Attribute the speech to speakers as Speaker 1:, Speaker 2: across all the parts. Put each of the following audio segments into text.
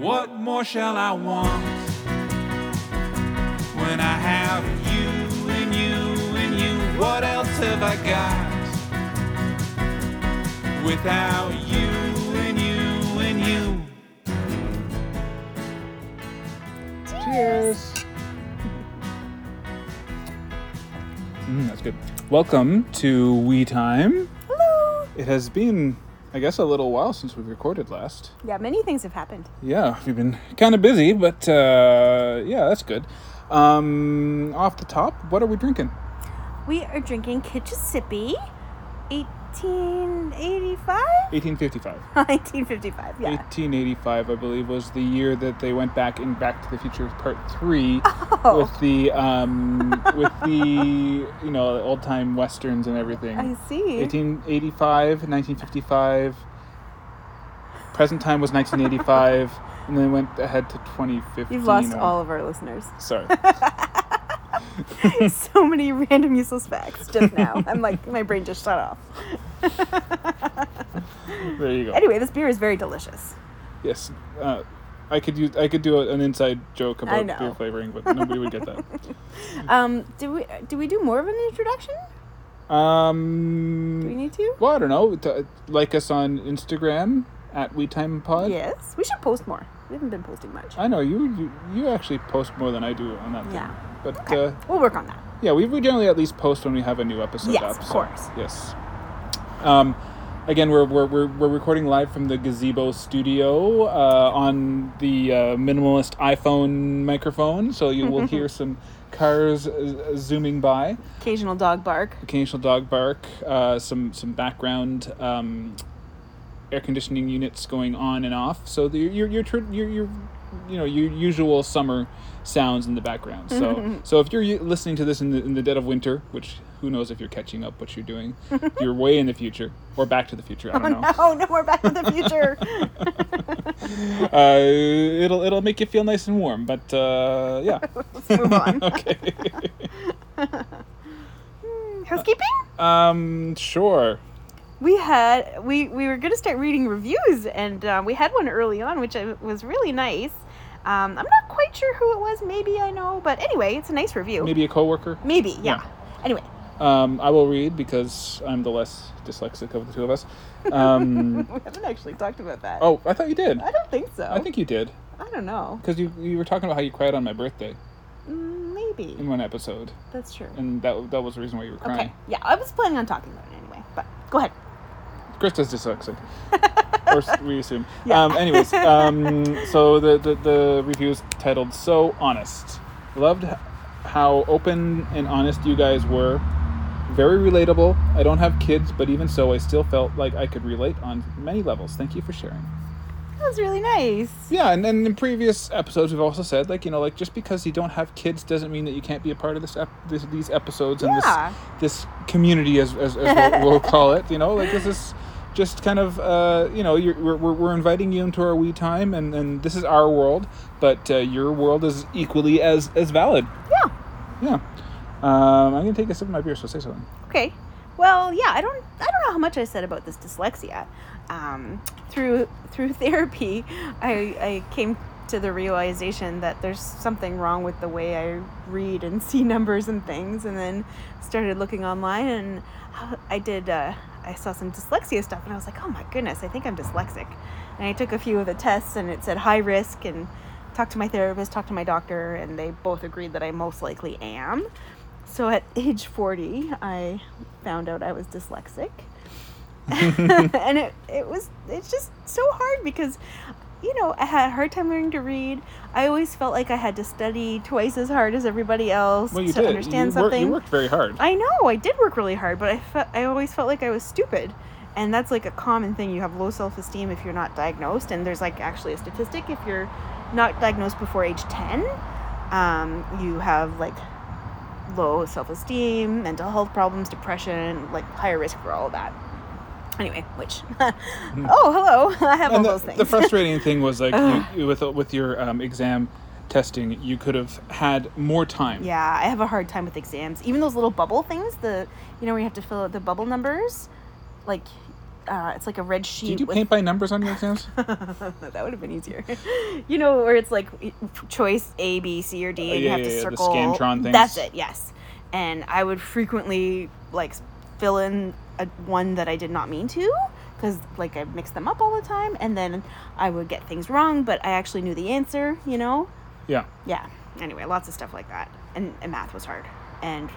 Speaker 1: What more shall I want when I have you and you and you? What else have I got without you and you and you?
Speaker 2: Cheers.
Speaker 1: Mm, that's good. Welcome to We Time.
Speaker 2: Hello.
Speaker 1: It has been, I guess, a little while since we've recorded last.
Speaker 2: Yeah, many things have happened.
Speaker 1: Yeah, we've been kind of busy, but uh, yeah, that's good. Um, off the top, what are we drinking?
Speaker 2: We are drinking Kitchissippi 1885?
Speaker 1: 1855.
Speaker 2: 1955, yeah.
Speaker 1: 1885, I believe, was the year that they went back in Back to the Future Part Three
Speaker 2: Oh.
Speaker 1: with the um, with the you know old time westerns and everything.
Speaker 2: I see.
Speaker 1: 1885, 1955. Present time was 1985, and then went ahead to 2015.
Speaker 2: You've lost
Speaker 1: or-
Speaker 2: all of our listeners.
Speaker 1: Sorry.
Speaker 2: so many random useless facts just now. I'm like, my brain just shut off.
Speaker 1: There you go.
Speaker 2: Anyway, this beer is very delicious.
Speaker 1: Yes, uh, I could use I could do a, an inside joke
Speaker 2: I
Speaker 1: about
Speaker 2: know.
Speaker 1: beer flavoring, but nobody would get that.
Speaker 2: Um, do we do we do more of an introduction?
Speaker 1: Um,
Speaker 2: Do we need to?
Speaker 1: well, I don't know. T- like us on Instagram at WeTimePod.
Speaker 2: Yes, we should post more. We haven't been posting much.
Speaker 1: I know you, you. You actually post more than I do on that.
Speaker 2: Yeah.
Speaker 1: Thing. But
Speaker 2: Okay,
Speaker 1: uh,
Speaker 2: we'll work on that.
Speaker 1: yeah, we, we generally at least post when we have a new episode
Speaker 2: Yes,
Speaker 1: up.
Speaker 2: of
Speaker 1: so-
Speaker 2: course.
Speaker 1: Yes. Um, again, we're, we're, we're, we're recording live from the gazebo studio uh, on the uh, minimalist iPhone microphone, so you will hear some cars uh, zooming by,
Speaker 2: Occasional dog bark.
Speaker 1: occasional dog bark, uh, some some background. Um, air conditioning units going on and off so the, your your tr- your your you know your usual summer sounds in the background so so if you're u- listening to this in the, in the dead of winter which who knows if you're catching up what you're doing you're way in the future or back to the future i don't know
Speaker 2: Oh no, we're back to the future.
Speaker 1: uh, it'll it'll make you feel nice and warm but uh, yeah
Speaker 2: Let's move on.
Speaker 1: okay
Speaker 2: Hmm,
Speaker 1: Uh,
Speaker 2: Housekeeping?
Speaker 1: um sure
Speaker 2: We had we we were gonna start reading reviews, and uh, we had one early on, which I- was really nice. Um, I'm not quite sure who it was. Maybe I know, but anyway, it's a nice review.
Speaker 1: maybe a coworker
Speaker 2: Maybe, yeah. Anyway,
Speaker 1: um, i will read because i'm the less dyslexic of the two of us um,
Speaker 2: we haven't actually talked about that.
Speaker 1: oh i thought you did
Speaker 2: I don't think so.
Speaker 1: i think you did
Speaker 2: I don't know.
Speaker 1: Because you, you were talking about how you cried on my birthday
Speaker 2: Mm, Maybe
Speaker 1: in one episode,
Speaker 2: that's true.
Speaker 1: and that, that was the reason why you were crying.
Speaker 2: Okay, yeah, I was planning on talking about it anyway, but go ahead.
Speaker 1: Krista's dyslexic. or s- we assume.
Speaker 2: Yeah.
Speaker 1: Um, anyways, um, so the, the, the review is titled So Honest. Loved h- how open and honest you guys were. Very relatable. I don't have kids, but even so, I still felt like I could relate on many levels. Thank you for sharing.
Speaker 2: That was really nice.
Speaker 1: Yeah, and, and in previous episodes, we've also said like you know like just because you don't have kids doesn't mean that you can't be a part of this, ep- this these episodes and
Speaker 2: Yeah.
Speaker 1: this this community as as, as we'll, we'll call it. You know, like this is just kind of uh, you know you're, we're, we're we're inviting you into our wee time, and and this is our world, but uh, your world is equally as as valid.
Speaker 2: Yeah.
Speaker 1: Yeah. Um, I'm gonna take a sip of my beer, so say something.
Speaker 2: Okay. Well, yeah, I don't I don't know how much I said about this dyslexia. Um, through through therapy, I I came to the realization that there's something wrong with the way I read and see numbers and things, and then started looking online and how- I did. Uh, I saw some dyslexia stuff, and I was like, oh my goodness, I think I'm dyslexic. And I took a few of the tests, and it said high risk, and talked to my therapist, talked to my doctor, and they both agreed that I most likely am. So at age 40, I found out I was dyslexic. and it, it was it's just so hard because you know i had a hard time learning to read i always felt like i had to study twice as hard as everybody else
Speaker 1: Well, you
Speaker 2: to
Speaker 1: did.
Speaker 2: understand
Speaker 1: you, Worked,
Speaker 2: something
Speaker 1: you worked very hard.
Speaker 2: I know I did work really hard, but I fe- I always felt like I was stupid, and that's like a common thing. You have low self esteem if you're not diagnosed, and there's like actually a statistic if you're not diagnosed before age ten, um, you have like low self esteem, mental health problems, depression, like higher risk for all of that. Anyway, which oh hello, I have all
Speaker 1: the,
Speaker 2: those things.
Speaker 1: the frustrating thing was like
Speaker 2: Ugh.
Speaker 1: you, you- with with your um, exam testing, you could have had more time.
Speaker 2: Yeah, I have a hard time with exams. Even those little bubble things, the you know where you have to fill out the bubble numbers, like uh, it's like a red sheet.
Speaker 1: Do you do
Speaker 2: with-
Speaker 1: paint by numbers on your exams?
Speaker 2: that would have been easier. You know, where it's like choice A, B, C, or D,
Speaker 1: Oh,
Speaker 2: and you
Speaker 1: yeah,
Speaker 2: have to
Speaker 1: yeah, yeah, the
Speaker 2: circle.
Speaker 1: Scantron things.
Speaker 2: That's it. Yes, and I would frequently like s- fill in a, one that I did not mean to because like I mixed them up all the time, and then I would get things wrong, but I actually knew the answer. You know,
Speaker 1: Yeah.
Speaker 2: yeah anyway lots of stuff like that and, and math was hard and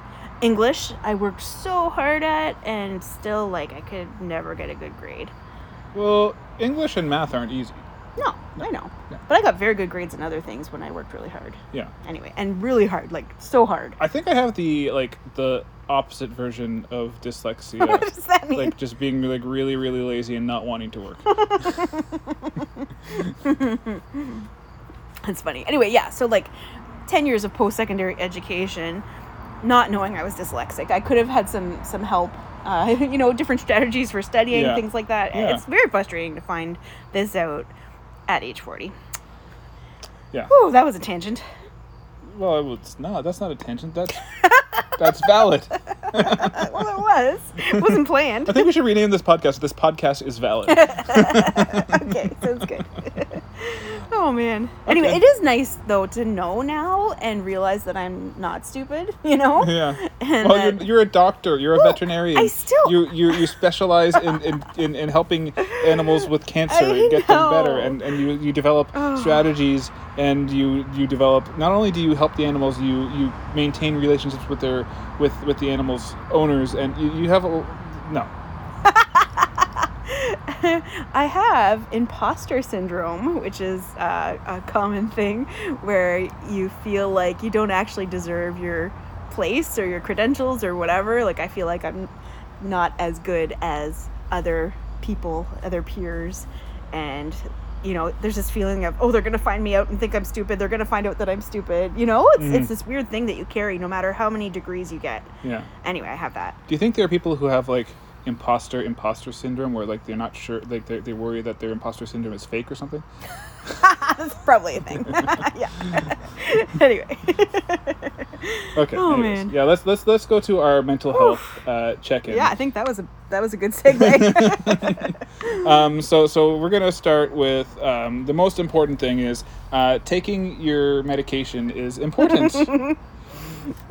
Speaker 2: english i worked so hard at and still like i could never get a good grade
Speaker 1: Well, English and math aren't easy.
Speaker 2: no i know
Speaker 1: No.
Speaker 2: but i got very good grades in other things when i worked really hard
Speaker 1: Yeah.
Speaker 2: anyway and really hard like so hard
Speaker 1: I think I have the like the opposite version of dyslexia.
Speaker 2: what does that mean
Speaker 1: like just being like really really lazy and not wanting to work.
Speaker 2: That's funny. Anyway, yeah, so like 10 years of post secondary education, not knowing I was dyslexic. I could have had some some help, uh, you know, different strategies for studying,
Speaker 1: Yeah.
Speaker 2: things like that.
Speaker 1: Yeah.
Speaker 2: It's very frustrating to find this out at age 40.
Speaker 1: Yeah.
Speaker 2: Oh, that was a tangent.
Speaker 1: Well, it's no, that's not a tangent. That's that's valid.
Speaker 2: Uh, well, it was. It wasn't planned.
Speaker 1: I think we should rename this podcast. This podcast is valid.
Speaker 2: okay, sounds good. oh man. Anyway,
Speaker 1: Okay.
Speaker 2: it is nice though to know now and realize that I'm not stupid, you know?
Speaker 1: Yeah.
Speaker 2: And
Speaker 1: well,
Speaker 2: that-
Speaker 1: you're, you're a doctor. You're a
Speaker 2: Well,
Speaker 1: veterinarian.
Speaker 2: I still-
Speaker 1: you you, you specialize in, in, in, in helping animals with cancer
Speaker 2: I
Speaker 1: and get them better,
Speaker 2: know.
Speaker 1: and, and you, you develop
Speaker 2: Oh.
Speaker 1: strategies, and you you develop. Not only do you help the animals, you you maintain relationships with their with with the animals' owners, and you, you have a no.
Speaker 2: I have imposter syndrome, which is uh, a common thing where you feel like you don't actually deserve your place or your credentials or whatever. Like, I feel like I'm not as good as other people, other peers. And, you know, there's this feeling of, oh, they're going to find me out and think I'm stupid. They're going to find out that I'm stupid. You know, it's,
Speaker 1: Mhm.
Speaker 2: it's this weird thing that you carry no matter how many degrees you get.
Speaker 1: Yeah.
Speaker 2: Anyway, I have that.
Speaker 1: Do you think there are people who have like imposter imposter syndrome, where like they're not sure, like they they worry that their imposter syndrome is fake or something?
Speaker 2: That's probably a thing. yeah. anyway.
Speaker 1: Okay.
Speaker 2: Oh,
Speaker 1: anyways.
Speaker 2: man.
Speaker 1: Yeah. Let's let's let's go to our mental health uh, check-in.
Speaker 2: yeah, I think that was a that was a good segue.
Speaker 1: Um, so so we're gonna start with um, the most important thing is uh, taking your medication is important.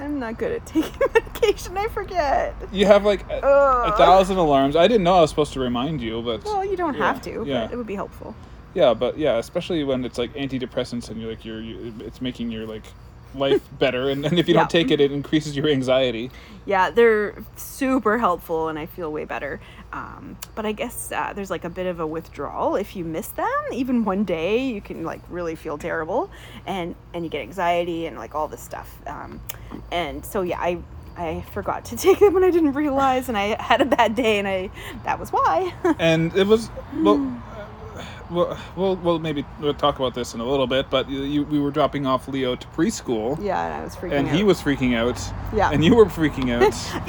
Speaker 2: I'm not good at taking medication. I forget.
Speaker 1: you have like a, a
Speaker 2: Ugh.
Speaker 1: thousand alarms. I didn't know I was supposed to remind you, but
Speaker 2: Well, you don't
Speaker 1: Yeah,
Speaker 2: have to,
Speaker 1: yeah.
Speaker 2: but it would be helpful.
Speaker 1: yeah, but yeah, especially when it's like antidepressants and you're like you're you, it's making your like life better, and, and if you
Speaker 2: Yeah.
Speaker 1: don't take it, it increases your anxiety.
Speaker 2: Yeah, they're super helpful, and I feel way better. Um, but I guess uh, there's like a bit of a withdrawal if you miss them. Even one day, you can like really feel terrible, and and you get anxiety and like all this stuff. Um, and so yeah, I I forgot to take them, and I didn't realize, and I had a bad day, and I that was why.
Speaker 1: and it was well, uh, well, we'll, we'll maybe we'll talk about this in a little bit. But you, you, we were dropping off Leo to preschool,
Speaker 2: yeah, and I was freaking
Speaker 1: and
Speaker 2: out.
Speaker 1: he was freaking out.
Speaker 2: Yeah.
Speaker 1: and you were freaking out.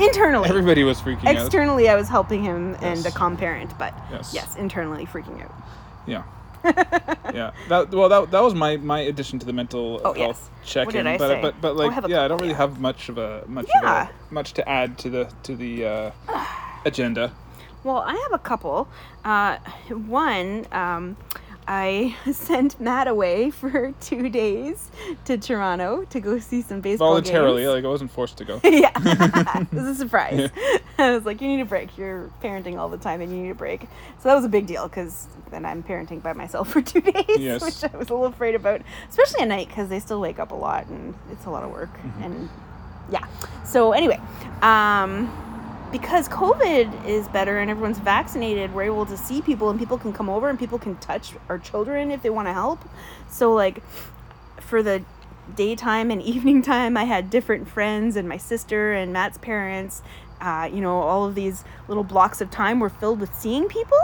Speaker 2: internally.
Speaker 1: Everybody was freaking out.
Speaker 2: Externally, I was helping him and a
Speaker 1: Yes.
Speaker 2: calm parent, but
Speaker 1: Yes.
Speaker 2: yes, internally freaking out.
Speaker 1: Yeah. yeah. That well, that, that was my my addition to the mental
Speaker 2: Oh,
Speaker 1: health
Speaker 2: yes.
Speaker 1: check-in.
Speaker 2: What did I
Speaker 1: but
Speaker 2: say?
Speaker 1: but
Speaker 2: Oh,
Speaker 1: but like
Speaker 2: have a
Speaker 1: yeah, I
Speaker 2: couple,
Speaker 1: don't really
Speaker 2: yeah.
Speaker 1: have much of a much
Speaker 2: Yeah.
Speaker 1: of a, much to add to the to the uh, agenda.
Speaker 2: Well, I have a couple. Uh, one, um, I sent Matt away for two days to Toronto to go see some baseball
Speaker 1: Voluntarily,
Speaker 2: games.
Speaker 1: like I wasn't forced to go.
Speaker 2: yeah, it was a surprise. I was like, "You need a break. You're parenting all the time, and you need a break." So that was a big deal because then I'm parenting by myself for two days,
Speaker 1: Yes.
Speaker 2: which I was a little afraid about, especially at night because they still wake up a lot and it's a lot of work. And yeah, so anyway, um, because COVID is better and everyone's vaccinated, we're able to see people and people can come over and people can touch our children if they want to help. So like for the daytime and evening time, I had different friends and my sister and Matt's parents. Uh, you know, all of these little blocks of time were filled with seeing people,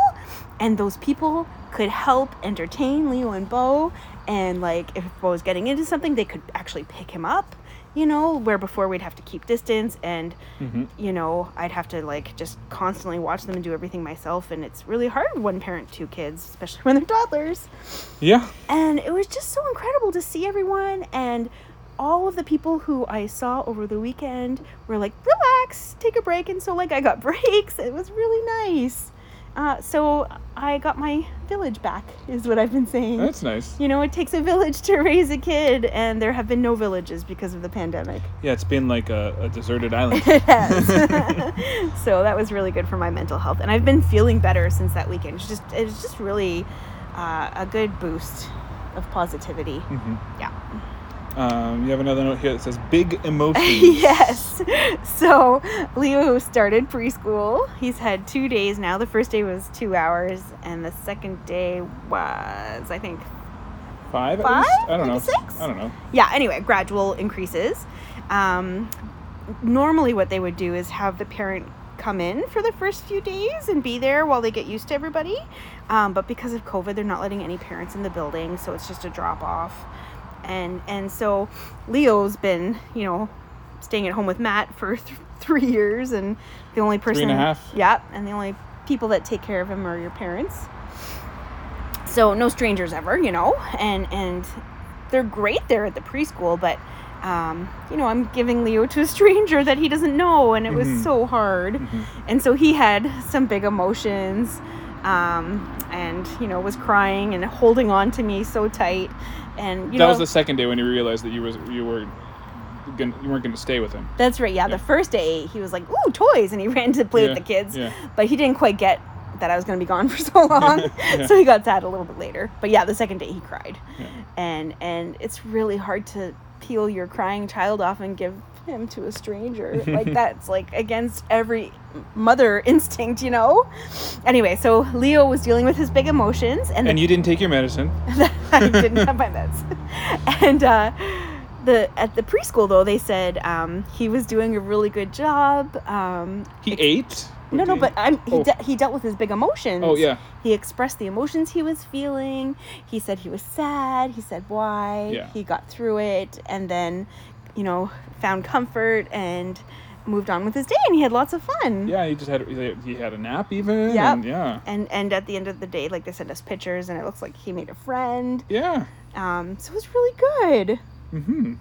Speaker 2: and those people could help entertain Leo and Bo. And like, if Bo was getting into something, they could actually pick him up. You know, where before we'd have to keep distance, and
Speaker 1: Mhm.
Speaker 2: you know, I'd have to like just constantly watch them and do everything myself. And it's really hard one parent, two kids, especially when they're toddlers
Speaker 1: Yeah.
Speaker 2: and it was just so incredible to see everyone and all of the people who I saw over the weekend were like, relax, take a break. And so, like, I got breaks. It was really nice. Uh, so I got my village back, is what I've been saying.
Speaker 1: That's nice.
Speaker 2: you know, it takes a village to raise a kid, and there have been no villages because of the pandemic.
Speaker 1: Yeah, it's been like a, a deserted island.
Speaker 2: It has. so that was really good for my mental health, and I've been feeling better since that weekend. It's just, it's just really uh, a good boost of positivity.
Speaker 1: hmm
Speaker 2: Yeah.
Speaker 1: Um, you have another note here that says big emotions.
Speaker 2: yes. So Leo started preschool. He's had two days now. The first day was two hours, and the second day was, I think,
Speaker 1: Five? At
Speaker 2: Five?
Speaker 1: least? I don't
Speaker 2: Maybe
Speaker 1: know.
Speaker 2: six?
Speaker 1: I don't know.
Speaker 2: yeah, anyway, gradual increases. Um, normally, what they would do is have the parent come in for the first few days and be there while they get used to everybody. Um, but because of COVID, they're not letting any parents in the building, so it's just a drop off. And and so Leo's been, you know, staying at home with Matt for th- three years, and the only person,
Speaker 1: and a half.
Speaker 2: yeah, and the only people that take care of him are your parents so no strangers ever you know and and they're great there at the preschool but um, you know i'm giving leo to a stranger that he doesn't know and it
Speaker 1: Mhm.
Speaker 2: was so hard
Speaker 1: Mhm.
Speaker 2: and so he had some big emotions um, and you know was crying and holding on to me so tight and you
Speaker 1: that
Speaker 2: know
Speaker 1: was the second day when you realized that you was you were gonna, you weren't going to stay with him.
Speaker 2: that's right yeah,
Speaker 1: Yeah.
Speaker 2: the first day he was like ooh toys and he ran to play
Speaker 1: Yeah,
Speaker 2: with the kids
Speaker 1: yeah.
Speaker 2: but he didn't quite get that i was going to be gone for so long
Speaker 1: Yeah.
Speaker 2: so he got sad a little bit later but yeah the second day he cried
Speaker 1: Yeah.
Speaker 2: and and it's really hard to peel your crying child off and give him to a stranger like that's like against every mother instinct you know anyway so leo was dealing with his big emotions and,
Speaker 1: And you didn't take your medicine.
Speaker 2: I didn't have my meds. And uh, the at the preschool though, they said um, he was doing a really good job. Um,
Speaker 1: He ate.
Speaker 2: no, no, but I'm, he,
Speaker 1: Oh.
Speaker 2: de- he dealt with his big emotions.
Speaker 1: Oh, yeah.
Speaker 2: He expressed the emotions he was feeling. He said he was sad. He said why.
Speaker 1: Yeah.
Speaker 2: He got through it and then, you know, found comfort and moved on with his day and he had lots of fun.
Speaker 1: Yeah, he just had he had a nap even.
Speaker 2: Yep.
Speaker 1: and yeah.
Speaker 2: And, and at the end of the day, like they sent us pictures and it looks like he made a friend.
Speaker 1: Yeah.
Speaker 2: Um, so it was really good.
Speaker 1: Mm-hmm.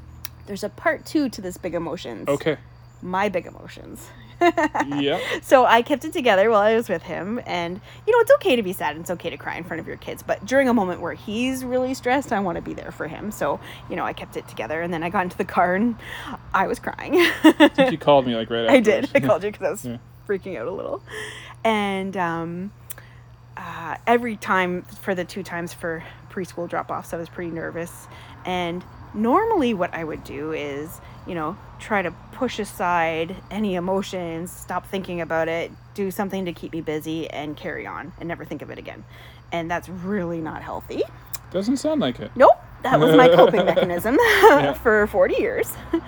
Speaker 2: There's a part two to this big emotions.
Speaker 1: Okay.
Speaker 2: My big emotions.
Speaker 1: yep.
Speaker 2: So I kept it together while I was with him. And, you know, it's okay to be sad and it's okay to cry in front of your kids. But during a moment where he's really stressed, I want to be there for him. So, you know, I kept it together. And then I got into the car and I was crying.
Speaker 1: I think you called me like right
Speaker 2: I
Speaker 1: after.
Speaker 2: did. I called you because I was
Speaker 1: Yeah.
Speaker 2: freaking out a little. And um, uh, every time for the two times for preschool drop offs, I was pretty nervous. And normally, what I would do is, you know, try to push aside any emotions, stop thinking about it, do something to keep me busy, and carry on and never think of it again. And that's really not healthy.
Speaker 1: Doesn't sound like it.
Speaker 2: Nope, that was my coping mechanism for 40 years.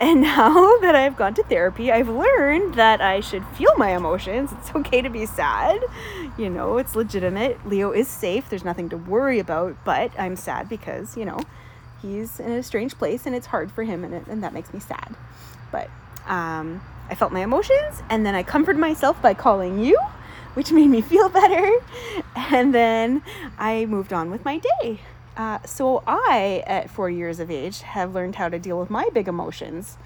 Speaker 2: And now that I've gone to therapy, I've learned that I should feel my emotions. It's okay to be sad. You know, it's legitimate. Leo is safe. There's nothing to worry about, but I'm sad because, you know, he's in a strange place and it's hard for him and, it, and that makes me sad. But um, I felt my emotions and then I comforted myself by calling you, which made me feel better. And then I moved on with my day. Uh, so I, at four years of age, have learned how to deal with my big emotions.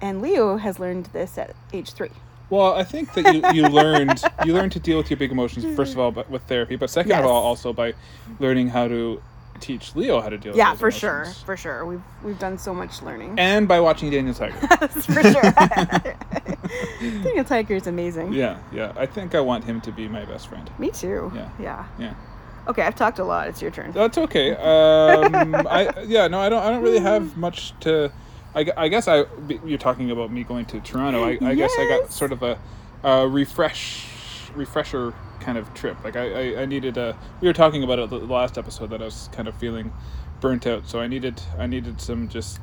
Speaker 2: And Leo has learned this at age three.
Speaker 1: Well, I think that you, you learned you learned to deal with your big emotions first of all but with therapy, but second of
Speaker 2: Yes.
Speaker 1: all also by learning how to teach Leo how to deal
Speaker 2: Yeah,
Speaker 1: with
Speaker 2: for
Speaker 1: those
Speaker 2: sure,
Speaker 1: emotions.
Speaker 2: for sure. We've we've done so much learning.
Speaker 1: And by watching Daniel Tiger.
Speaker 2: That's for sure. Daniel Tiger is amazing.
Speaker 1: yeah, yeah. I think I want him to be my best friend.
Speaker 2: Me too.
Speaker 1: Yeah.
Speaker 2: yeah.
Speaker 1: Yeah.
Speaker 2: Okay, I've talked a lot. It's your turn.
Speaker 1: That's okay. Um, I yeah no I don't I don't really have much to. I, gu- I guess I b- you're talking about me going to Toronto. I, I guess I got
Speaker 2: Yes.
Speaker 1: sort of a, a refresh refresher kind of trip. Like I, I, I needed a. We were talking about it the the last episode that I was kind of feeling burnt out. So I needed I needed some just.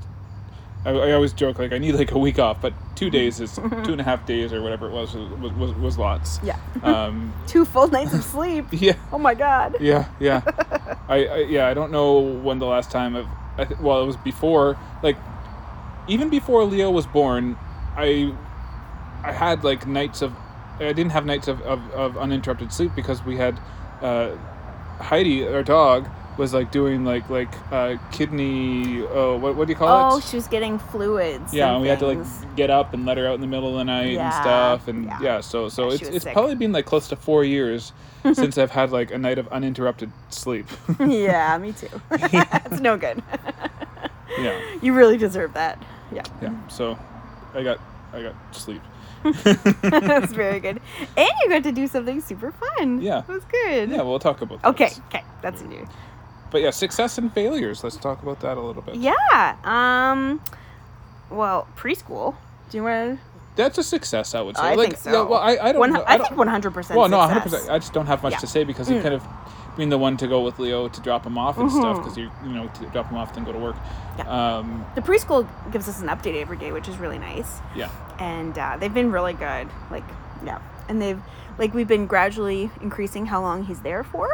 Speaker 1: I, I always joke like I need like a week off, but two days is two and a half days or whatever it was was was, was lots.
Speaker 2: Yeah.
Speaker 1: Um,
Speaker 2: Two full nights of sleep.
Speaker 1: yeah.
Speaker 2: Oh my god.
Speaker 1: Yeah, yeah. I, I yeah, I don't know when the last time I've I th- well, it was before like even before Leo was born, I I had like nights of I didn't have nights of, of, of uninterrupted sleep because we had uh, Heidi, our dog, was like doing like like uh, kidney. Oh, what what do you call
Speaker 2: Oh,
Speaker 1: it?
Speaker 2: she was getting fluids.
Speaker 1: yeah,
Speaker 2: and
Speaker 1: and we had to
Speaker 2: things.
Speaker 1: like get up and let her out in the middle of the night
Speaker 2: Yeah,
Speaker 1: and stuff, and
Speaker 2: yeah.
Speaker 1: yeah. so so
Speaker 2: Yeah, she
Speaker 1: it's
Speaker 2: was
Speaker 1: it's
Speaker 2: sick.
Speaker 1: probably been like close to four years since I've had like a night of uninterrupted sleep.
Speaker 2: yeah, me too. it's no good.
Speaker 1: yeah,
Speaker 2: you really deserve that. Yeah.
Speaker 1: yeah. So I got I got sleep.
Speaker 2: That's very good. And you got to do something super fun.
Speaker 1: Yeah.
Speaker 2: It was good.
Speaker 1: Yeah, we'll talk about that.
Speaker 2: Okay, okay, that's new.
Speaker 1: But yeah, success and failures. Let's talk about that a little bit.
Speaker 2: Yeah. Um well, preschool. Do you want to
Speaker 1: That's a success, I would say.
Speaker 2: Oh, I
Speaker 1: like,
Speaker 2: think so.
Speaker 1: yeah, well, I, I don't.
Speaker 2: One,
Speaker 1: know-
Speaker 2: I,
Speaker 1: don't-
Speaker 2: think 100%
Speaker 1: Well, no, 100.
Speaker 2: success.
Speaker 1: percent I just don't have much
Speaker 2: Yeah. Mm.
Speaker 1: to say because you kind of being the one to go with Leo to drop him off and stuff
Speaker 2: Mhm.
Speaker 1: because you you know to drop him off then go to work.
Speaker 2: Yeah.
Speaker 1: Um,
Speaker 2: The preschool gives us an update every day, which is really nice.
Speaker 1: yeah.
Speaker 2: and uh, they've been really good. Like, yeah, and they've like we've been gradually increasing how long he's there for,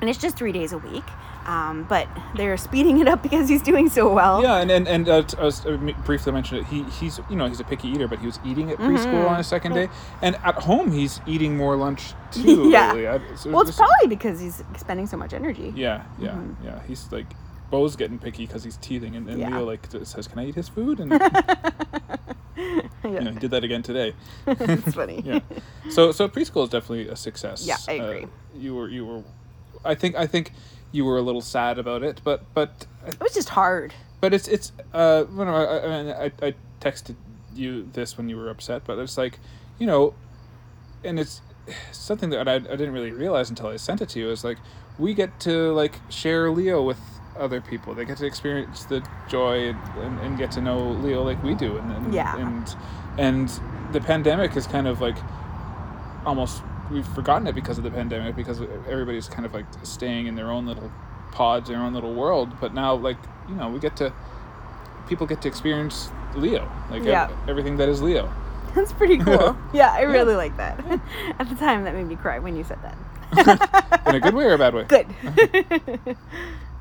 Speaker 2: and it's just three days a week. Um, but they're speeding it up because he's doing so well.
Speaker 1: Yeah, and and and uh, t- I was, I m- briefly mentioned it. He he's you know he's a picky eater, but he was eating at preschool
Speaker 2: Mm-hmm.
Speaker 1: on his second day, and at home he's eating more lunch too.
Speaker 2: Yeah.
Speaker 1: lately. I- so
Speaker 2: Well,
Speaker 1: this-
Speaker 2: it's probably because he's expending so much energy.
Speaker 1: Yeah, yeah, yeah. He's like, Bo's getting picky because he's teething, and, and
Speaker 2: Yeah.
Speaker 1: Leo like t- says, "Can I eat his food?" And you know, he did that again today.
Speaker 2: it's funny.
Speaker 1: Yeah. So so preschool is definitely a success. Uh,
Speaker 2: Yeah, I agree.
Speaker 1: you were you were, I think I think you were a little sad about it, but but
Speaker 2: It was just hard.
Speaker 1: but it's it's uh you know, I, I, mean, I I texted you this when you were upset, but it's like, you know, and it's something that I, I didn't really realize until I sent it to you is like we get to like share Leo with other people. They get to experience the joy and, and, and get to know Leo like we do, and and,
Speaker 2: Yeah.
Speaker 1: and and the pandemic is kind of like almost we've forgotten it because of the pandemic because everybody's kind of like staying in their own little pods their own little world but now like you know we get to people get to experience leo like ev-
Speaker 2: Yeah.
Speaker 1: everything that is leo
Speaker 2: That's pretty cool. yeah, I really like that. At the time, that made me cry when you said that.
Speaker 1: in a good way or a bad way
Speaker 2: Good. it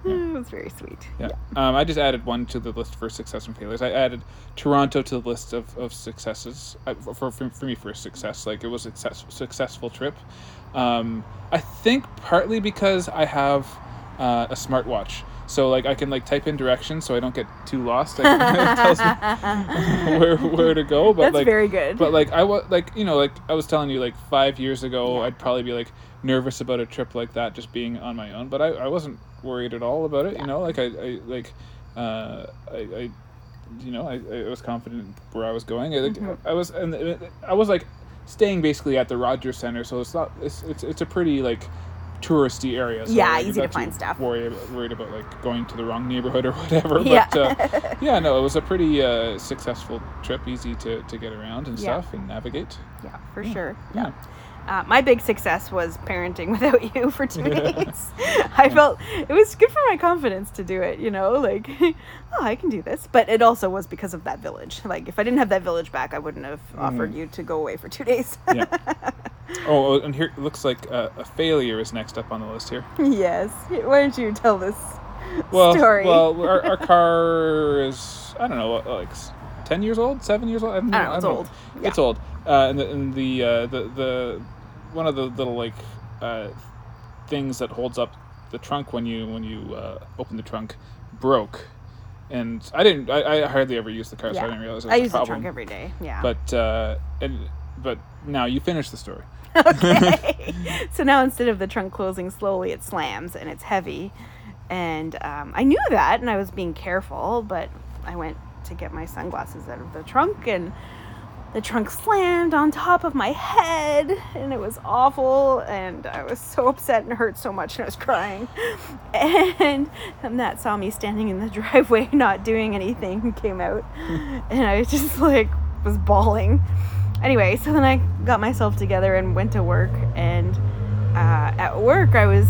Speaker 2: was very sweet.
Speaker 1: yeah um, i just added one to the list for success and failures i added toronto to the list of, of successes I, for, for, for me for a success like it was a success, successful trip um, i think partly because i have uh, a smartwatch so like i can like type in directions so i don't get too lost I can, it tells me where where to go. But
Speaker 2: That's
Speaker 1: like,
Speaker 2: very good.
Speaker 1: but like I was like you know like I was telling you like five years ago I'd probably be like nervous about a trip like that just being on my own. But I, I wasn't worried at all about it. You know like I, I like uh, I. I you know, I, I was confident where I was going. I, like,
Speaker 2: Mm-hmm.
Speaker 1: I was, and it- I was like staying basically at the Rogers Center, so it's not. It's it's, it's a pretty like touristy area. So
Speaker 2: Yeah,
Speaker 1: like,
Speaker 2: easy to
Speaker 1: not too
Speaker 2: find stuff.
Speaker 1: Worried about, worried about like going to the wrong neighborhood or whatever.
Speaker 2: Yeah.
Speaker 1: But, uh, yeah, no, it was a pretty uh, successful trip, easy to, to get around and
Speaker 2: Yeah.
Speaker 1: stuff and navigate.
Speaker 2: yeah, for sure.
Speaker 1: Yeah.
Speaker 2: Uh, my big success was parenting without you for two days. I felt it was good for my confidence to do it, you know, like, oh, I can do this. But it also was because of that village. Like, if I didn't have that village back, I wouldn't have offered you to go away for two days.
Speaker 1: Mm-hmm. Yeah. oh, oh, and here it looks like uh, a failure is next up on the list here.
Speaker 2: yes. Why don't you tell this
Speaker 1: Well,
Speaker 2: story?
Speaker 1: well, our, our car is I don't know, what, like s- ten years old, seven years old. I don't,
Speaker 2: I don't know, it's old. Yeah.
Speaker 1: It's old. Uh, and the and the, uh, the the one of the little like uh, things that holds up the trunk when you when you uh, open the trunk broke, and I didn't. I, I hardly ever use the car, so I didn't realize it was
Speaker 2: I
Speaker 1: a
Speaker 2: use the
Speaker 1: problem.
Speaker 2: trunk every day. Yeah.
Speaker 1: But uh, and but now you finish the story.
Speaker 2: okay. so now instead of the trunk closing slowly, it slams and it's heavy. And um, I knew that and I was being careful, but I went to get my sunglasses out of the trunk and the trunk slammed on top of my head and it was awful and I was so upset and hurt so much and I was crying. And, and that saw me standing in the driveway not doing anything and came out and I was just like was bawling. Anyway, so then I got myself together and went to work and uh, at work I was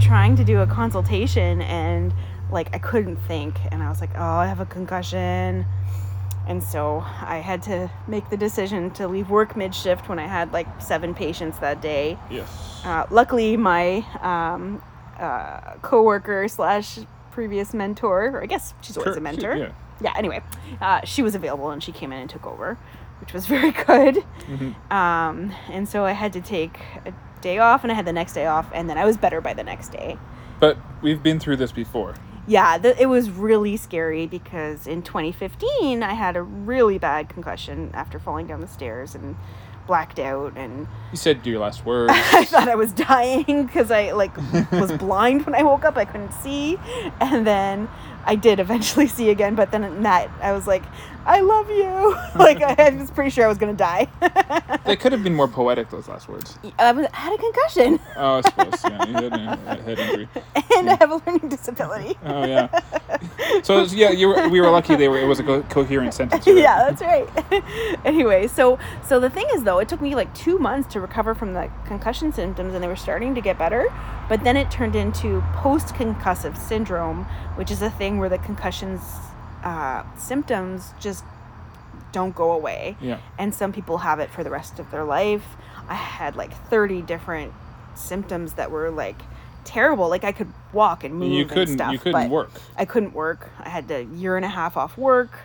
Speaker 2: trying to do a consultation and like I couldn't think and I was like, "Oh, I have a concussion." And so I had to make the decision to leave work mid shift when I had like seven patients that day.
Speaker 1: Yes.
Speaker 2: Uh, luckily, my um, uh, coworker slash previous mentor, or I guess she's always
Speaker 1: Cur-
Speaker 2: a mentor.
Speaker 1: yeah.
Speaker 2: anyway, uh, she was available and she came in and took over, which was very good.
Speaker 1: Mm-hmm.
Speaker 2: Um, and so I had to take a day off and I had the next day off, and then I was better by the next day.
Speaker 1: But we've been through this before.
Speaker 2: yeah, th- it was really scary because in 2015 I had a really bad concussion after falling down the stairs and blacked out and
Speaker 1: You said your last words.
Speaker 2: I thought I was dying because I like was blind when I woke up. I couldn't see, and then I did eventually see again. But then in that I was like, "I love you." like I, I was pretty sure I was gonna die.
Speaker 1: they could have been more poetic. Those last words.
Speaker 2: I was, had a concussion,
Speaker 1: Oh, I suppose. Yeah, you had a head injury.
Speaker 2: and I have a learning disability.
Speaker 1: Oh yeah. So it's- yeah, you were, we were lucky. They were. It was a co- coherent sentence. right?
Speaker 2: yeah, that's right. anyway, so so the thing is though, it took me like two months to recover from the concussion symptoms, and they were starting to get better. But then it turned into post-concussive syndrome, which is a thing where the concussions uh, symptoms just don't go away,
Speaker 1: Yeah.
Speaker 2: and some people have it for the rest of their life. I had like thirty different symptoms that were like terrible. Like I could walk and move.
Speaker 1: You
Speaker 2: and
Speaker 1: couldn't.
Speaker 2: stuff,
Speaker 1: you couldn't
Speaker 2: but
Speaker 1: work.
Speaker 2: I couldn't work. I had a year and a half off work.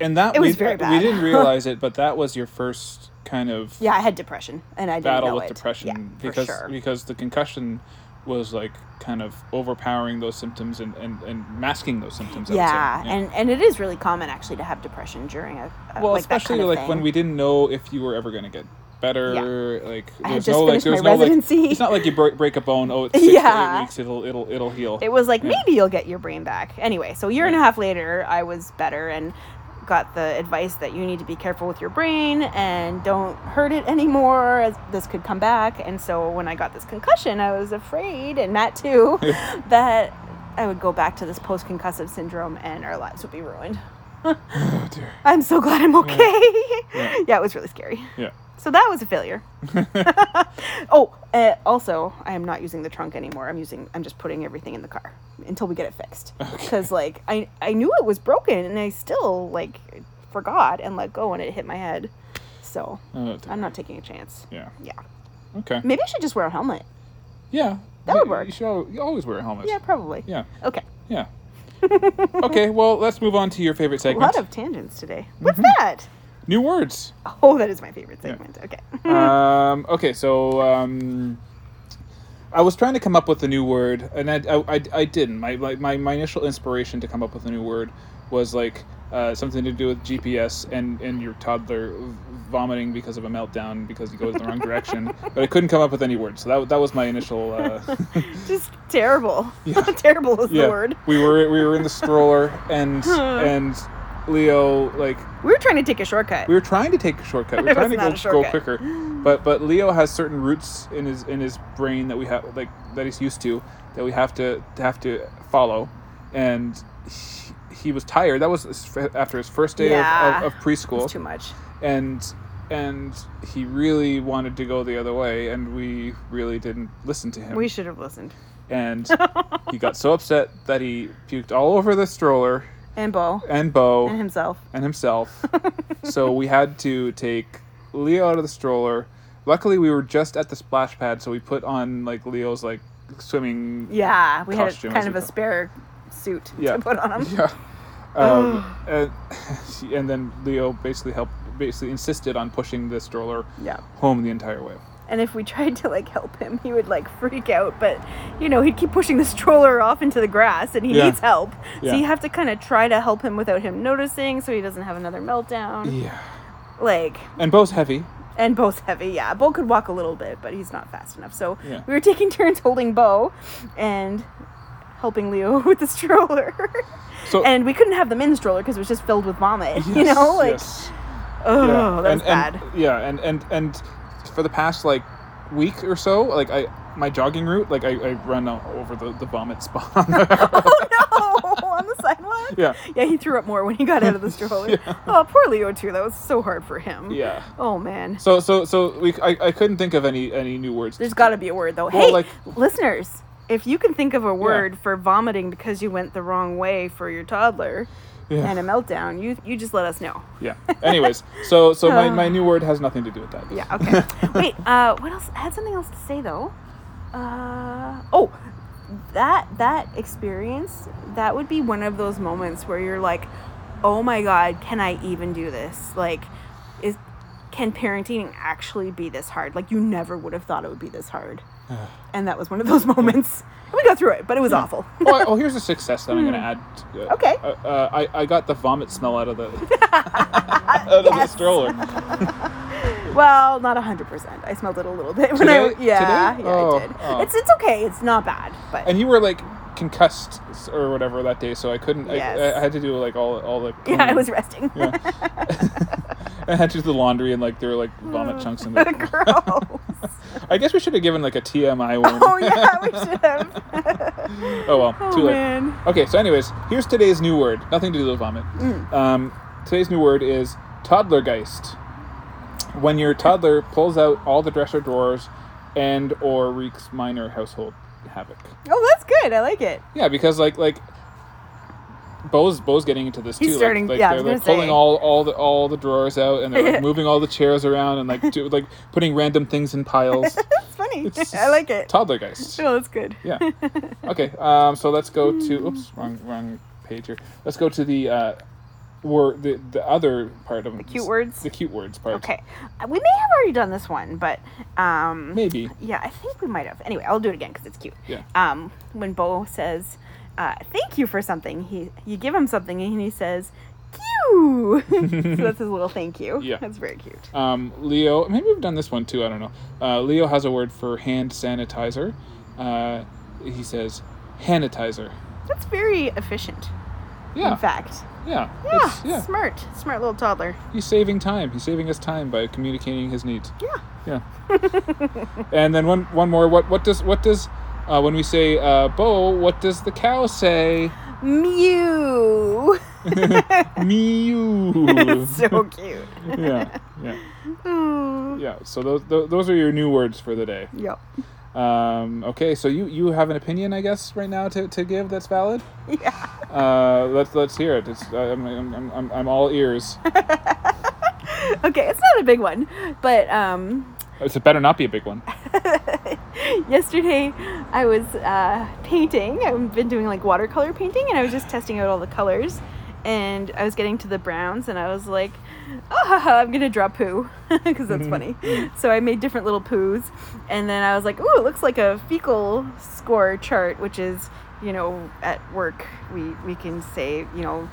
Speaker 1: And that
Speaker 2: It
Speaker 1: we,
Speaker 2: was very
Speaker 1: we
Speaker 2: bad.
Speaker 1: didn't realize it, but that was your first kind of
Speaker 2: Yeah, I had depression, and I didn't
Speaker 1: battle
Speaker 2: know
Speaker 1: with
Speaker 2: it.
Speaker 1: depression
Speaker 2: Yeah,
Speaker 1: because
Speaker 2: for sure.
Speaker 1: because the concussion was like kind of overpowering those symptoms and, and, and masking those symptoms. I would say.
Speaker 2: yeah, and and it is really common actually to have depression during a, a
Speaker 1: well,
Speaker 2: like
Speaker 1: especially
Speaker 2: that kind of
Speaker 1: like
Speaker 2: thing.
Speaker 1: when we didn't know if you were ever going to get better. Like
Speaker 2: I had
Speaker 1: there's
Speaker 2: just
Speaker 1: no like
Speaker 2: finished
Speaker 1: there's
Speaker 2: my
Speaker 1: no
Speaker 2: residency.
Speaker 1: like it's not like you break, break a bone. Oh, it's six to
Speaker 2: Yeah.
Speaker 1: eight weeks. It'll it'll it'll heal.
Speaker 2: it was like
Speaker 1: Yeah.
Speaker 2: maybe you'll get your brain back. Anyway, so a year and a half later, I was better and got the advice that you need to be careful with your brain and don't hurt it anymore as this could come back and so when i got this concussion i was afraid and matt too that i would go back to this post-concussive syndrome and our lives would be ruined
Speaker 1: oh dear.
Speaker 2: i'm so glad i'm okay
Speaker 1: Yeah.
Speaker 2: yeah it was really scary
Speaker 1: Yeah.
Speaker 2: So that was a failure. oh, uh, also, I am not using the trunk anymore. I'm using. I'm just putting everything in the car until we get it fixed. Because like I, I knew it was broken, and I still like forgot and let go, and it hit my head. So
Speaker 1: Oh dear.
Speaker 2: I'm not taking a chance.
Speaker 1: yeah.
Speaker 2: Yeah.
Speaker 1: Okay.
Speaker 2: Maybe I should just wear a helmet.
Speaker 1: Yeah.
Speaker 2: That would
Speaker 1: You-
Speaker 2: work.
Speaker 1: You should al- you always wear a helmet.
Speaker 2: Yeah, probably.
Speaker 1: Yeah.
Speaker 2: Okay.
Speaker 1: Yeah. okay. Well, let's move on to your favorite
Speaker 2: A
Speaker 1: segment.
Speaker 2: lot of tangents today. What's that?
Speaker 1: New words.
Speaker 2: Oh, that is my favorite
Speaker 1: Mm-hmm. Yeah.
Speaker 2: segment. Okay.
Speaker 1: um, okay, so um, I was trying to come up with a new word, and I, I, I, I didn't. My, like, my my initial inspiration to come up with a new word was like uh, something to do with GPS and, and your toddler vomiting because of a meltdown because he goes the wrong direction. But I couldn't come up with any words, so that that was my initial. Uh,
Speaker 2: just terrible. terrible is the word.
Speaker 1: we were we were in the stroller and and Leo like
Speaker 2: We were trying to take a shortcut.
Speaker 1: we were trying to take a shortcut. We
Speaker 2: It
Speaker 1: were trying to
Speaker 2: was
Speaker 1: go,
Speaker 2: not a
Speaker 1: go
Speaker 2: shortcut.
Speaker 1: quicker, but but Leo has certain roots in his in his brain that we have like that he's used to that we have to to have to follow, and he, he was tired. That was his fir- after his first day
Speaker 2: Yeah.
Speaker 1: of, of, of preschool,
Speaker 2: It's too much.
Speaker 1: and and he really wanted to go the other way, and we really didn't listen to him
Speaker 2: We should have listened.
Speaker 1: and he got so upset that he puked all over the stroller
Speaker 2: And Bo.
Speaker 1: and Bo
Speaker 2: and himself.
Speaker 1: and himself. so we had to take Leo out of the stroller. Luckily, we were just at the splash pad, so we put on like Leo's like swimming.
Speaker 2: Yeah, we had a,
Speaker 1: Costume, as
Speaker 2: kind of
Speaker 1: we
Speaker 2: a
Speaker 1: call it.
Speaker 2: spare suit
Speaker 1: Yeah.
Speaker 2: to put on him.
Speaker 1: Yeah. Um, and, she- and then Leo basically helped, basically insisted on pushing the stroller
Speaker 2: Yeah.
Speaker 1: home the entire way.
Speaker 2: And if we tried to like help him, he would like freak out, but you know, he'd keep pushing the stroller off into the grass and he
Speaker 1: Yeah.
Speaker 2: needs help.
Speaker 1: Yeah.
Speaker 2: So you have to kind of try to help him without him noticing so he doesn't have another meltdown.
Speaker 1: Yeah.
Speaker 2: Like,
Speaker 1: And Bo's heavy.
Speaker 2: and Bo's heavy. Yeah, Bo could walk a little bit, but he's not fast enough. So
Speaker 1: Yeah.
Speaker 2: we were taking turns holding Bo and helping Leo with the stroller.
Speaker 1: So
Speaker 2: and we couldn't have them in the stroller because it was just filled with vomit, you
Speaker 1: Yes,
Speaker 2: know? Like,
Speaker 1: yes.
Speaker 2: oh,
Speaker 1: yeah.
Speaker 2: that
Speaker 1: and,
Speaker 2: was bad.
Speaker 1: and- yeah, and and and for the past like week or so, like I my jogging route, like I, I run all over the, the vomit spot.
Speaker 2: oh no, on the sidewalk.
Speaker 1: Yeah.
Speaker 2: Yeah, he threw up more when he got out of the stroller. Oh, poor Leo too. That was so hard for him.
Speaker 1: yeah.
Speaker 2: Oh man.
Speaker 1: So so so we I, I couldn't think of any any new words.
Speaker 2: There's got to be a word though.
Speaker 1: Well,
Speaker 2: hey,
Speaker 1: like-
Speaker 2: listeners, if you can think of a word for vomiting because you went the wrong way for your toddler
Speaker 1: Yeah.
Speaker 2: and a meltdown, you you just let us know.
Speaker 1: yeah. Anyways, so so my, my new word has nothing to do with that.
Speaker 2: Yeah. Okay. Wait. Uh, what else? I had something else to say though. Uh, oh, that that experience that would be one of those moments where you're like, oh my god, can I even do this? Like, is can parenting actually be this hard? Like you never would have thought it would be this hard. and that was one of those moments. We got through it, but it was awful.
Speaker 1: oh, I- oh, here's a success that I'm going to add. Uh,
Speaker 2: Hmm. Okay.
Speaker 1: Uh, uh, I, I got the vomit smell out of the out of the
Speaker 2: Yes.
Speaker 1: stroller.
Speaker 2: Well, not hundred percent. I smelled it a little bit when I
Speaker 1: Today? Today?
Speaker 2: yeah yeah
Speaker 1: Oh,
Speaker 2: I did.
Speaker 1: oh.
Speaker 2: It's it's okay. It's not bad, but
Speaker 1: And you were like concussed or whatever that day, so I couldn't.
Speaker 2: Yes.
Speaker 1: I, I had to do like all all the.
Speaker 2: yeah, I was resting.
Speaker 1: Yeah. I had to do the laundry and like there were like
Speaker 2: Oh.
Speaker 1: vomit chunks in there.
Speaker 2: Gross.
Speaker 1: I guess we should have given like a TMI warning.
Speaker 2: oh yeah, we should have.
Speaker 1: Oh well,
Speaker 2: Oh,
Speaker 1: too late.
Speaker 2: man.
Speaker 1: Okay, so anyways, here's today's new word. Nothing to do with vomit.
Speaker 2: Mm.
Speaker 1: Um, today's new word is toddlergeist. When your toddler pulls out all the dresser drawers and or wreaks minor household havoc.
Speaker 2: Oh, that's good. I like it.
Speaker 1: Yeah, because like like Bo's Bo's getting into this
Speaker 2: He's
Speaker 1: too.
Speaker 2: starting-
Speaker 1: like, like
Speaker 2: yeah, I
Speaker 1: they're
Speaker 2: was
Speaker 1: like
Speaker 2: gonna
Speaker 1: pulling
Speaker 2: say.
Speaker 1: all all the all the drawers out and they're like moving all the chairs around and like do, like putting random things in piles.
Speaker 2: That's funny. I like it.
Speaker 1: Toddlergeist.
Speaker 2: Oh, that's good.
Speaker 1: Yeah. Okay. Um, so let's go to oops, wrong wrong page here. Let's go to the uh, word the, the other part of the
Speaker 2: cute words?
Speaker 1: The cute words part.
Speaker 2: Okay, Uh, we may have already done this one, but um,
Speaker 1: Maybe.
Speaker 2: Yeah, I think we might have. Anyway, I'll do it again because it's cute.
Speaker 1: Yeah.
Speaker 2: Um, when Bo says, uh, "Thank you for something," he you give him something and he says, "Cute." so that's his little thank you.
Speaker 1: Yeah.
Speaker 2: that's very cute.
Speaker 1: Um, Leo. Maybe we've done this one too. I don't know. Uh, Leo has a word for hand sanitizer. Uh, he says sanitizer.
Speaker 2: That's very efficient.
Speaker 1: Yeah.
Speaker 2: In fact,
Speaker 1: Yeah.
Speaker 2: yeah,
Speaker 1: It's- yeah.
Speaker 2: smart, smart little toddler.
Speaker 1: He's saving time. He's saving us time by communicating his needs.
Speaker 2: Yeah.
Speaker 1: Yeah. and then one one more. What what does what does uh, when we say uh, Bo? What does the cow say?
Speaker 2: Mew.
Speaker 1: Mew.
Speaker 2: so cute.
Speaker 1: yeah, yeah,
Speaker 2: Mm.
Speaker 1: yeah. So those, those those are your new words for the day.
Speaker 2: Yep.
Speaker 1: Um, okay, so you you have an opinion, I guess, right now to, to give that's valid.
Speaker 2: Yeah.
Speaker 1: Uh, let's let's hear it. It's I- I'm I'm, I'm, I'm, I'm all ears.
Speaker 2: Okay, it's not a big one, but um,
Speaker 1: It better not be a big one.
Speaker 2: yesterday I was uh, painting. I've been doing like watercolor painting, and I was just testing out all the colors. And I was getting to the browns, and I was like, "Oh, haha, I'm gonna draw poo because that's funny." So I made different little poos, and then I was like, "Ooh, it looks like a fecal score chart," which is, you know, at work we we can say, you know,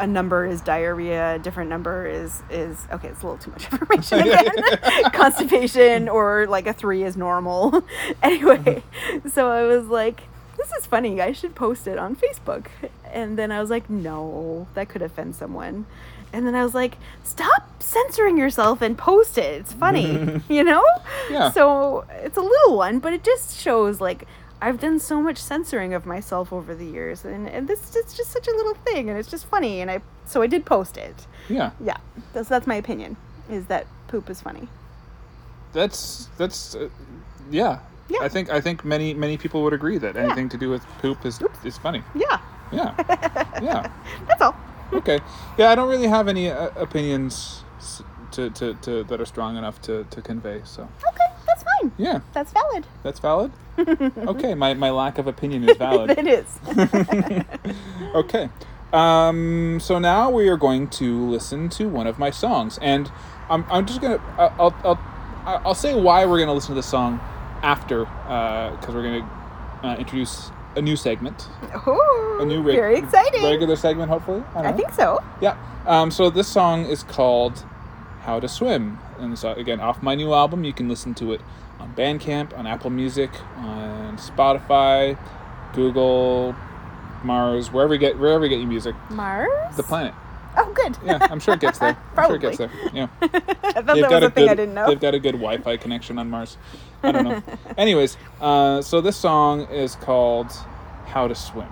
Speaker 2: a number is diarrhea, a different number is is okay. It's a little too much information again. Constipation or like a three is normal. anyway, so I was like, this is funny. I should post it on Facebook. And then I was like, no, that could offend someone. And then I was like, stop censoring yourself and post it. It's funny, you know.
Speaker 1: Yeah.
Speaker 2: So it's a little one, but it just shows like. I've done so much censoring of myself over the years, and, and this it's just such a little thing, and it's just funny, and I so I did post it.
Speaker 1: Yeah,
Speaker 2: Yeah, that's that's my opinion. Is that poop is funny?
Speaker 1: that's that's uh, yeah.
Speaker 2: Yeah.
Speaker 1: I think I think many many people would agree that anything to do with poop is is funny.
Speaker 2: Yeah,
Speaker 1: Yeah, yeah.
Speaker 2: that's all.
Speaker 1: okay. Yeah, I don't really have any uh, opinions s- to, to, to that are strong enough to, to convey. So
Speaker 2: Okay, that's fine.
Speaker 1: yeah,
Speaker 2: That's valid.
Speaker 1: that's valid. okay, my, my lack of opinion is valid.
Speaker 2: it is.
Speaker 1: Okay. Um, so now we are going to listen to one of my songs, and I'm, I'm just gonna I- I'll, I'll I'll I'll say why we're gonna listen to this song after because we're gonna uh, introduce a new segment,
Speaker 2: Ooh,
Speaker 1: a new reg-
Speaker 2: very exciting.
Speaker 1: regular segment. Hopefully, don't
Speaker 2: I
Speaker 1: know.
Speaker 2: think so.
Speaker 1: Yeah. Um, so this song is called "How to Swim," and so again, off my new album. You can listen to it on Bandcamp, on Apple Music, on Spotify, Google, Mars, wherever you get wherever you get your music.
Speaker 2: Mars.
Speaker 1: The planet.
Speaker 2: Oh, good.
Speaker 1: Yeah, I'm sure it gets there. I'm sure it gets there. Yeah,
Speaker 2: I thought that was a, thing
Speaker 1: good.
Speaker 2: I didn't know.
Speaker 1: They've got a good Wi-Fi connection on Mars. I don't know. Anyways, uh, so this song is called "How to Swim."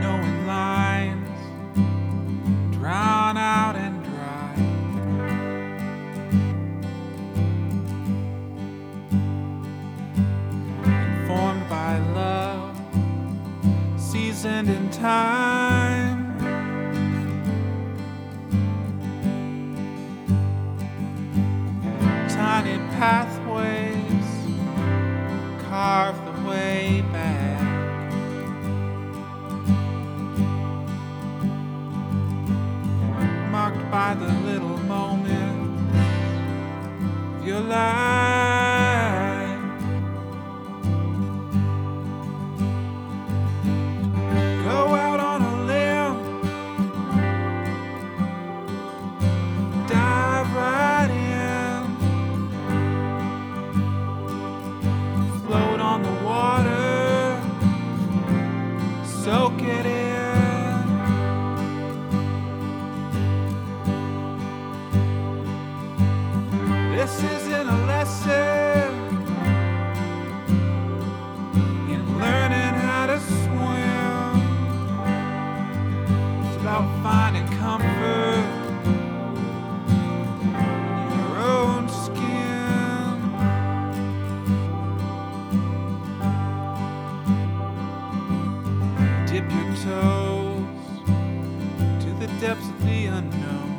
Speaker 3: knowing lines drown out and dry. Informed by love, seasoned in time.
Speaker 1: tiny pathways carve the way back. Marked by the little moments of your life. Go out on a limb, dive right in, float on the water, soak it in. This isn't a lesson in learning how to swim. It's about finding comfort in your own skin. Dip your toes to the depths of the unknown.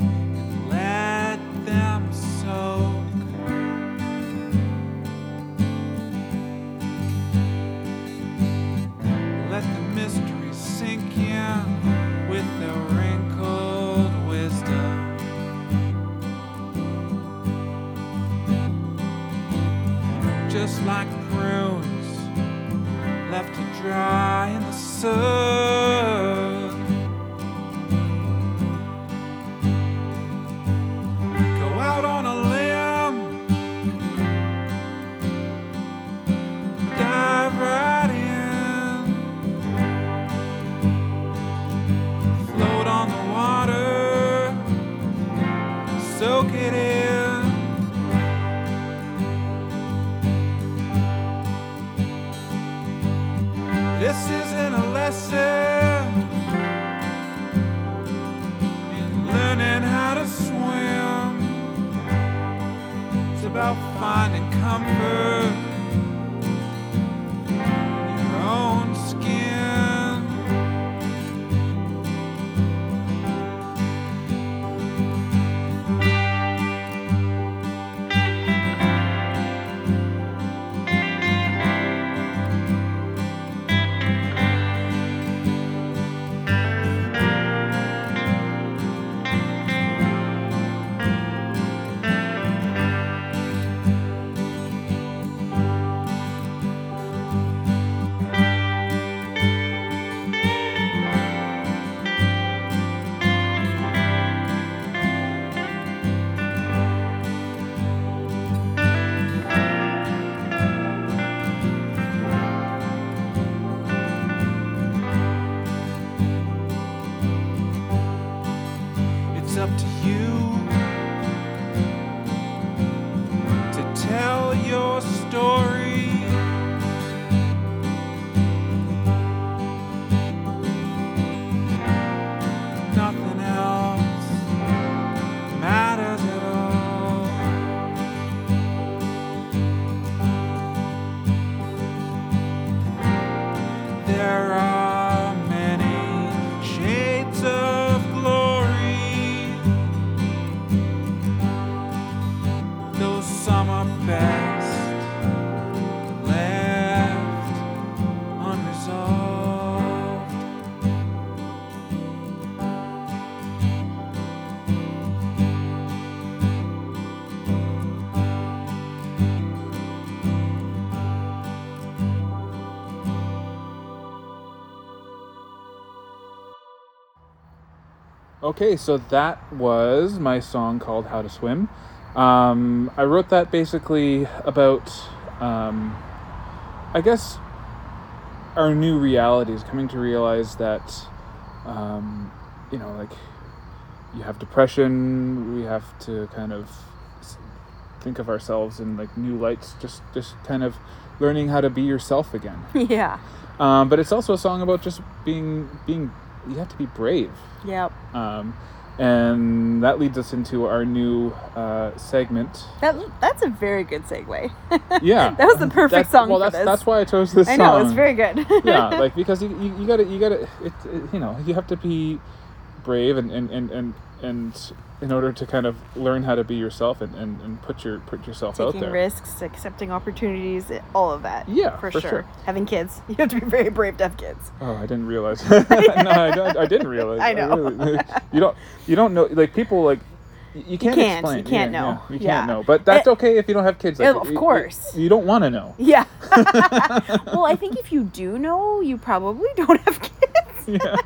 Speaker 1: and Let them soak. Let the mystery sink in with the wrinkled wisdom. Just like prunes left to dry in the sun. Go out on a limb, dive right in. float on the water, soak it in. This isn't a lesson in learning how to swim. It's about finding comfort in your own skin. It's up to you to tell your story. Nothing else matters at all. There are many shades of glory. Though some are best left unresolved.
Speaker 4: Okay, so that was my song called How to Swim. Um, I wrote that basically about, um, I guess, our new realities, coming to realize that, um, you know, like you have depression, we have to kind of s- think of ourselves in like new lights, just, just kind of learning how to be yourself again.
Speaker 2: Yeah.
Speaker 4: Um, but it's also a song about just being, being, you have to be brave
Speaker 2: Yep.
Speaker 4: um,
Speaker 1: And that leads us into our new uh, segment.
Speaker 2: That that's a very good segue.
Speaker 1: Yeah,
Speaker 2: that was the perfect
Speaker 1: That's-
Speaker 2: song
Speaker 1: Well,
Speaker 2: for
Speaker 1: that's
Speaker 2: this.
Speaker 1: that's why I chose this.
Speaker 2: I know it's
Speaker 1: song.
Speaker 2: very good.
Speaker 1: yeah, like because you, you, you gotta you gotta it, it- you know you have to be brave and and and and, and in order to kind of learn how to be yourself and, and, and put your put yourself out
Speaker 2: taking
Speaker 1: there.
Speaker 2: risks, accepting opportunities, it- all of that.
Speaker 1: Yeah,
Speaker 2: for,
Speaker 1: for
Speaker 2: sure.
Speaker 1: sure.
Speaker 2: Having kids, you have to be very brave to have kids.
Speaker 1: Oh, I didn't realize. no, I, don't- I didn't realize.
Speaker 2: I know.
Speaker 1: really- you don't you don't know like people like y- you can't,
Speaker 2: can't,
Speaker 1: explain.
Speaker 2: you can't
Speaker 1: yeah,
Speaker 2: know.
Speaker 1: yeah, you
Speaker 2: Yeah.
Speaker 1: can't know. But that's
Speaker 2: It-
Speaker 1: okay if you don't have kids.
Speaker 2: Of
Speaker 1: y- y-
Speaker 2: course.
Speaker 1: You, don't want to know.
Speaker 2: Yeah. well, I think if you do know, you probably don't have kids.
Speaker 1: Yeah.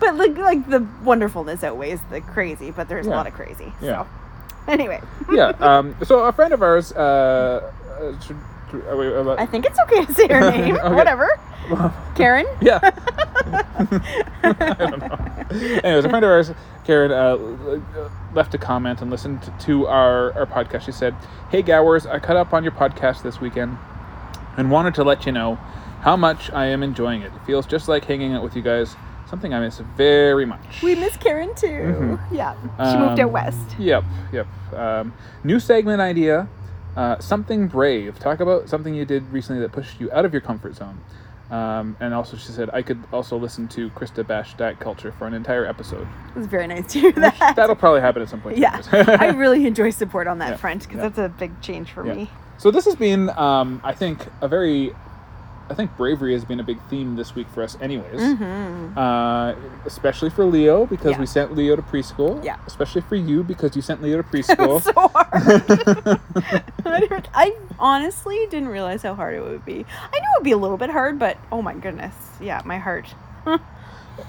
Speaker 2: but like, like the wonderfulness outweighs the crazy. But there's a
Speaker 1: Yeah.
Speaker 2: lot of crazy.
Speaker 1: Yeah.
Speaker 2: So. Anyway,
Speaker 1: yeah. Um, so a friend of ours uh, uh, should, are we, about,
Speaker 2: I think it's okay to say her name.
Speaker 1: Okay.
Speaker 2: Whatever. Karen.
Speaker 1: Yeah. I don't know. Anyways, a friend of ours, Karen, uh, uh, left a comment and listened to our, our podcast. She said, Hey, Gowers, I cut up on your podcast this weekend and wanted to let you know how much I am enjoying it. It feels just like hanging out with you guys, something I miss very much.
Speaker 2: We miss Karen too. Yeah. She moved out
Speaker 1: Mm-hmm. Um,
Speaker 2: west.
Speaker 1: Yep, yep. Um, new segment idea uh, something brave. Talk about something you did recently that pushed you out of your comfort zone. Um, and also, she said, I could also listen to Krista Bash Diet Culture for an entire episode.
Speaker 2: It was very nice to hear that.
Speaker 1: That'll probably happen at some point.
Speaker 2: yeah. I really enjoy support on that
Speaker 1: Yeah,
Speaker 2: front because
Speaker 1: yeah.
Speaker 2: that's a big change for
Speaker 1: Yeah.
Speaker 2: me.
Speaker 1: So this has been, um, I think, a very, I think bravery has been a big theme this week for us, anyways. Uh, especially for Leo because
Speaker 2: Mm-hmm. Yeah.
Speaker 1: we sent Leo to preschool.
Speaker 2: Yeah.
Speaker 1: Especially for you because you sent Leo to
Speaker 2: It
Speaker 1: preschool.
Speaker 2: was so hard. I didn't- I honestly didn't realize how hard it would be. I knew it would be a little bit hard, but oh my goodness. Yeah, my heart.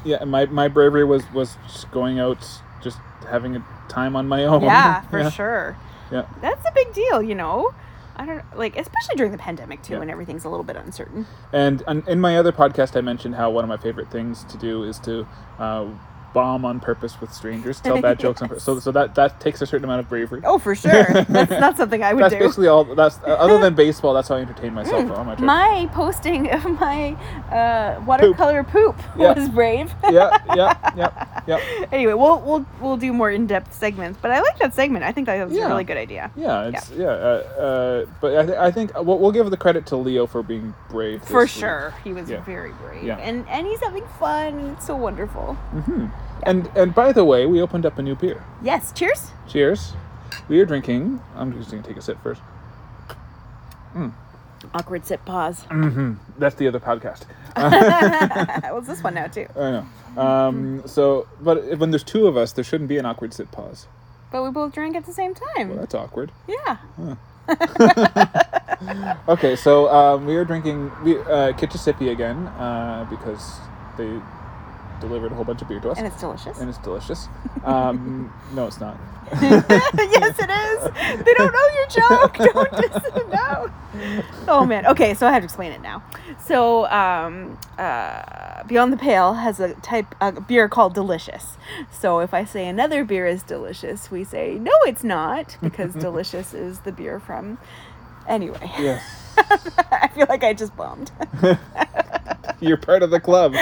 Speaker 1: yeah, my, my bravery was was just going out, just having a time on Oh, my own.
Speaker 2: yeah, for
Speaker 1: Yeah.
Speaker 2: sure.
Speaker 1: Yeah.
Speaker 2: That's a big deal, you know? I don't like, especially during the pandemic too,
Speaker 1: Yeah.
Speaker 2: when everything's a little bit uncertain.
Speaker 1: And on, in my other podcast, I mentioned how one of my favorite things to do is to uh, bomb on purpose with strangers, tell bad jokes on purpose. So, so that that takes a certain amount of bravery.
Speaker 2: Oh, for sure. that's not something I would
Speaker 1: that's
Speaker 2: do. Mm,
Speaker 1: basically all. That's uh, other than baseball. That's how I entertain myself. on my, trip.
Speaker 2: my posting of my uh, watercolor poop,
Speaker 1: Yeah.
Speaker 2: was brave.
Speaker 1: yeah, yeah, yeah, yeah,
Speaker 2: anyway, we'll we'll we'll do more in depth segments, but I like that segment. I think that was a
Speaker 1: Yeah.
Speaker 2: really good idea.
Speaker 1: yeah. It's, yeah. Uh, uh, but I, th- I think we'll, we'll give the credit to Leo for being brave.
Speaker 2: For
Speaker 1: this week.
Speaker 2: sure, he was
Speaker 1: Yeah.
Speaker 2: very brave,
Speaker 1: Yeah.
Speaker 2: and and he's having fun. and It's so wonderful.
Speaker 1: And and by the way, we opened up a new beer.
Speaker 2: Yes, cheers.
Speaker 1: Cheers. We are drinking. I'm just gonna take a sip first.
Speaker 2: Awkward sit pause.
Speaker 1: That's the other podcast.
Speaker 2: was this one now too?
Speaker 1: I know. Um, so, but when there's two of us, there shouldn't be an awkward sit pause.
Speaker 2: But we both drank at the same time.
Speaker 1: Well, that's awkward.
Speaker 2: Yeah.
Speaker 1: Okay, so um, we are drinking we, uh, Kitchissippi again uh, because they delivered a whole bunch of beer to us,
Speaker 2: And it's delicious.
Speaker 1: and it's delicious. Um, no, it's not.
Speaker 2: yes, it is. They don't know your joke. Don't just no. Oh man. Okay, so I have to explain it now. So, um, uh, Beyond the Pale has a type a beer called Delicious. So if I say another beer is delicious, we say no, it's not, because Delicious is the beer from. Anyway,
Speaker 1: Yes,
Speaker 2: I feel like I just bombed.
Speaker 1: you're part of the club.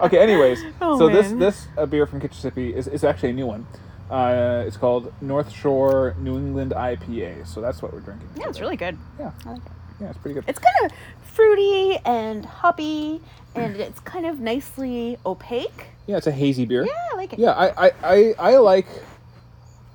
Speaker 1: Okay, anyways,
Speaker 2: Oh,
Speaker 1: so this
Speaker 2: man.
Speaker 1: this uh, beer from Kitchissippi is, is actually a new one. Uh, it's called North Shore New England IPA. So that's what we're drinking.
Speaker 2: yeah, it's
Speaker 1: today.
Speaker 2: really good.
Speaker 1: yeah,
Speaker 2: I like it.
Speaker 1: yeah, it's pretty good.
Speaker 2: It's kind of fruity and hoppy, and it's kind of nicely opaque.
Speaker 1: yeah, it's a hazy beer.
Speaker 2: Yeah, I like it.
Speaker 1: Yeah, I, I, I, I like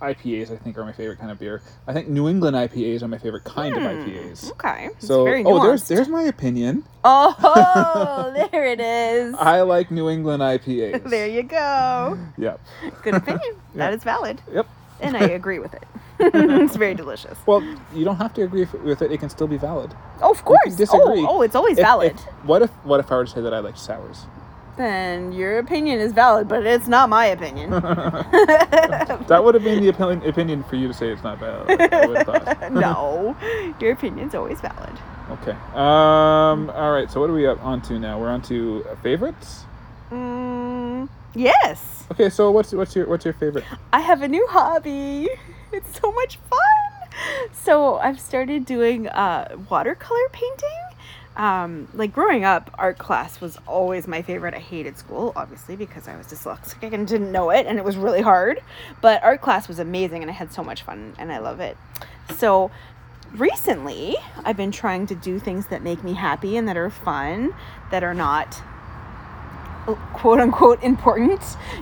Speaker 1: IPAs. I think are my favorite kind of beer. I think New England IPAs are my favorite kind of IPAs.
Speaker 2: Okay.
Speaker 1: So
Speaker 2: Hmm. it's very
Speaker 1: oh, there's
Speaker 2: nuanced.
Speaker 1: there's my opinion.
Speaker 2: Oh, there it is.
Speaker 1: I like New England IPAs.
Speaker 2: there you go.
Speaker 1: Yep.
Speaker 2: Good opinion. That
Speaker 1: Yeah.
Speaker 2: is valid.
Speaker 1: Yep.
Speaker 2: And I agree with it. it's very delicious.
Speaker 1: Well, you don't have to agree f- with it. It can still be valid.
Speaker 2: Oh, of
Speaker 1: You
Speaker 2: course.
Speaker 1: can disagree.
Speaker 2: Oh, oh, it's always
Speaker 1: If- if-
Speaker 2: valid.
Speaker 1: what if what if I were to say that I like sours?
Speaker 2: Then your opinion is valid, but it's not my opinion.
Speaker 1: That would have been the opinion, opinion for you to say it's not valid. I would have thought.
Speaker 2: no, your opinion's always valid.
Speaker 1: Okay. Um. All right. So what are we up on to now? We're on to uh, favorites.
Speaker 2: Mm, yes,
Speaker 1: Okay. So what's what's your what's your favorite?
Speaker 2: I have a new hobby. It's so much fun. So I've started doing uh, watercolor painting. um, like growing up, art class was always my favorite. I hated school, obviously, because I was dyslexic and didn't know it, and it was really hard. But art class was amazing, and I had so much fun, and I love it. So recently, I've been trying to do things that make me happy and that are fun, that are not quote unquote important.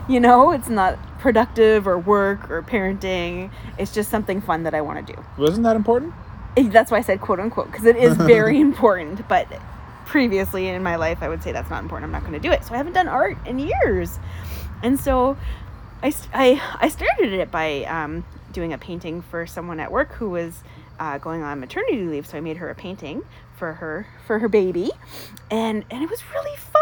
Speaker 2: You know, it's not productive or work or parenting. It's just something fun that I want to do.
Speaker 1: Wasn't that important?
Speaker 2: Eh, That's why I said quote unquote because it is very important. But previously in my life, I would say that's not important. I'm not going to do it. So I haven't done art in years, and so I st- I, I started it by um, doing a painting for someone at work who was uh, going on maternity leave. So I made her a painting for her for her baby, and and it was really fun.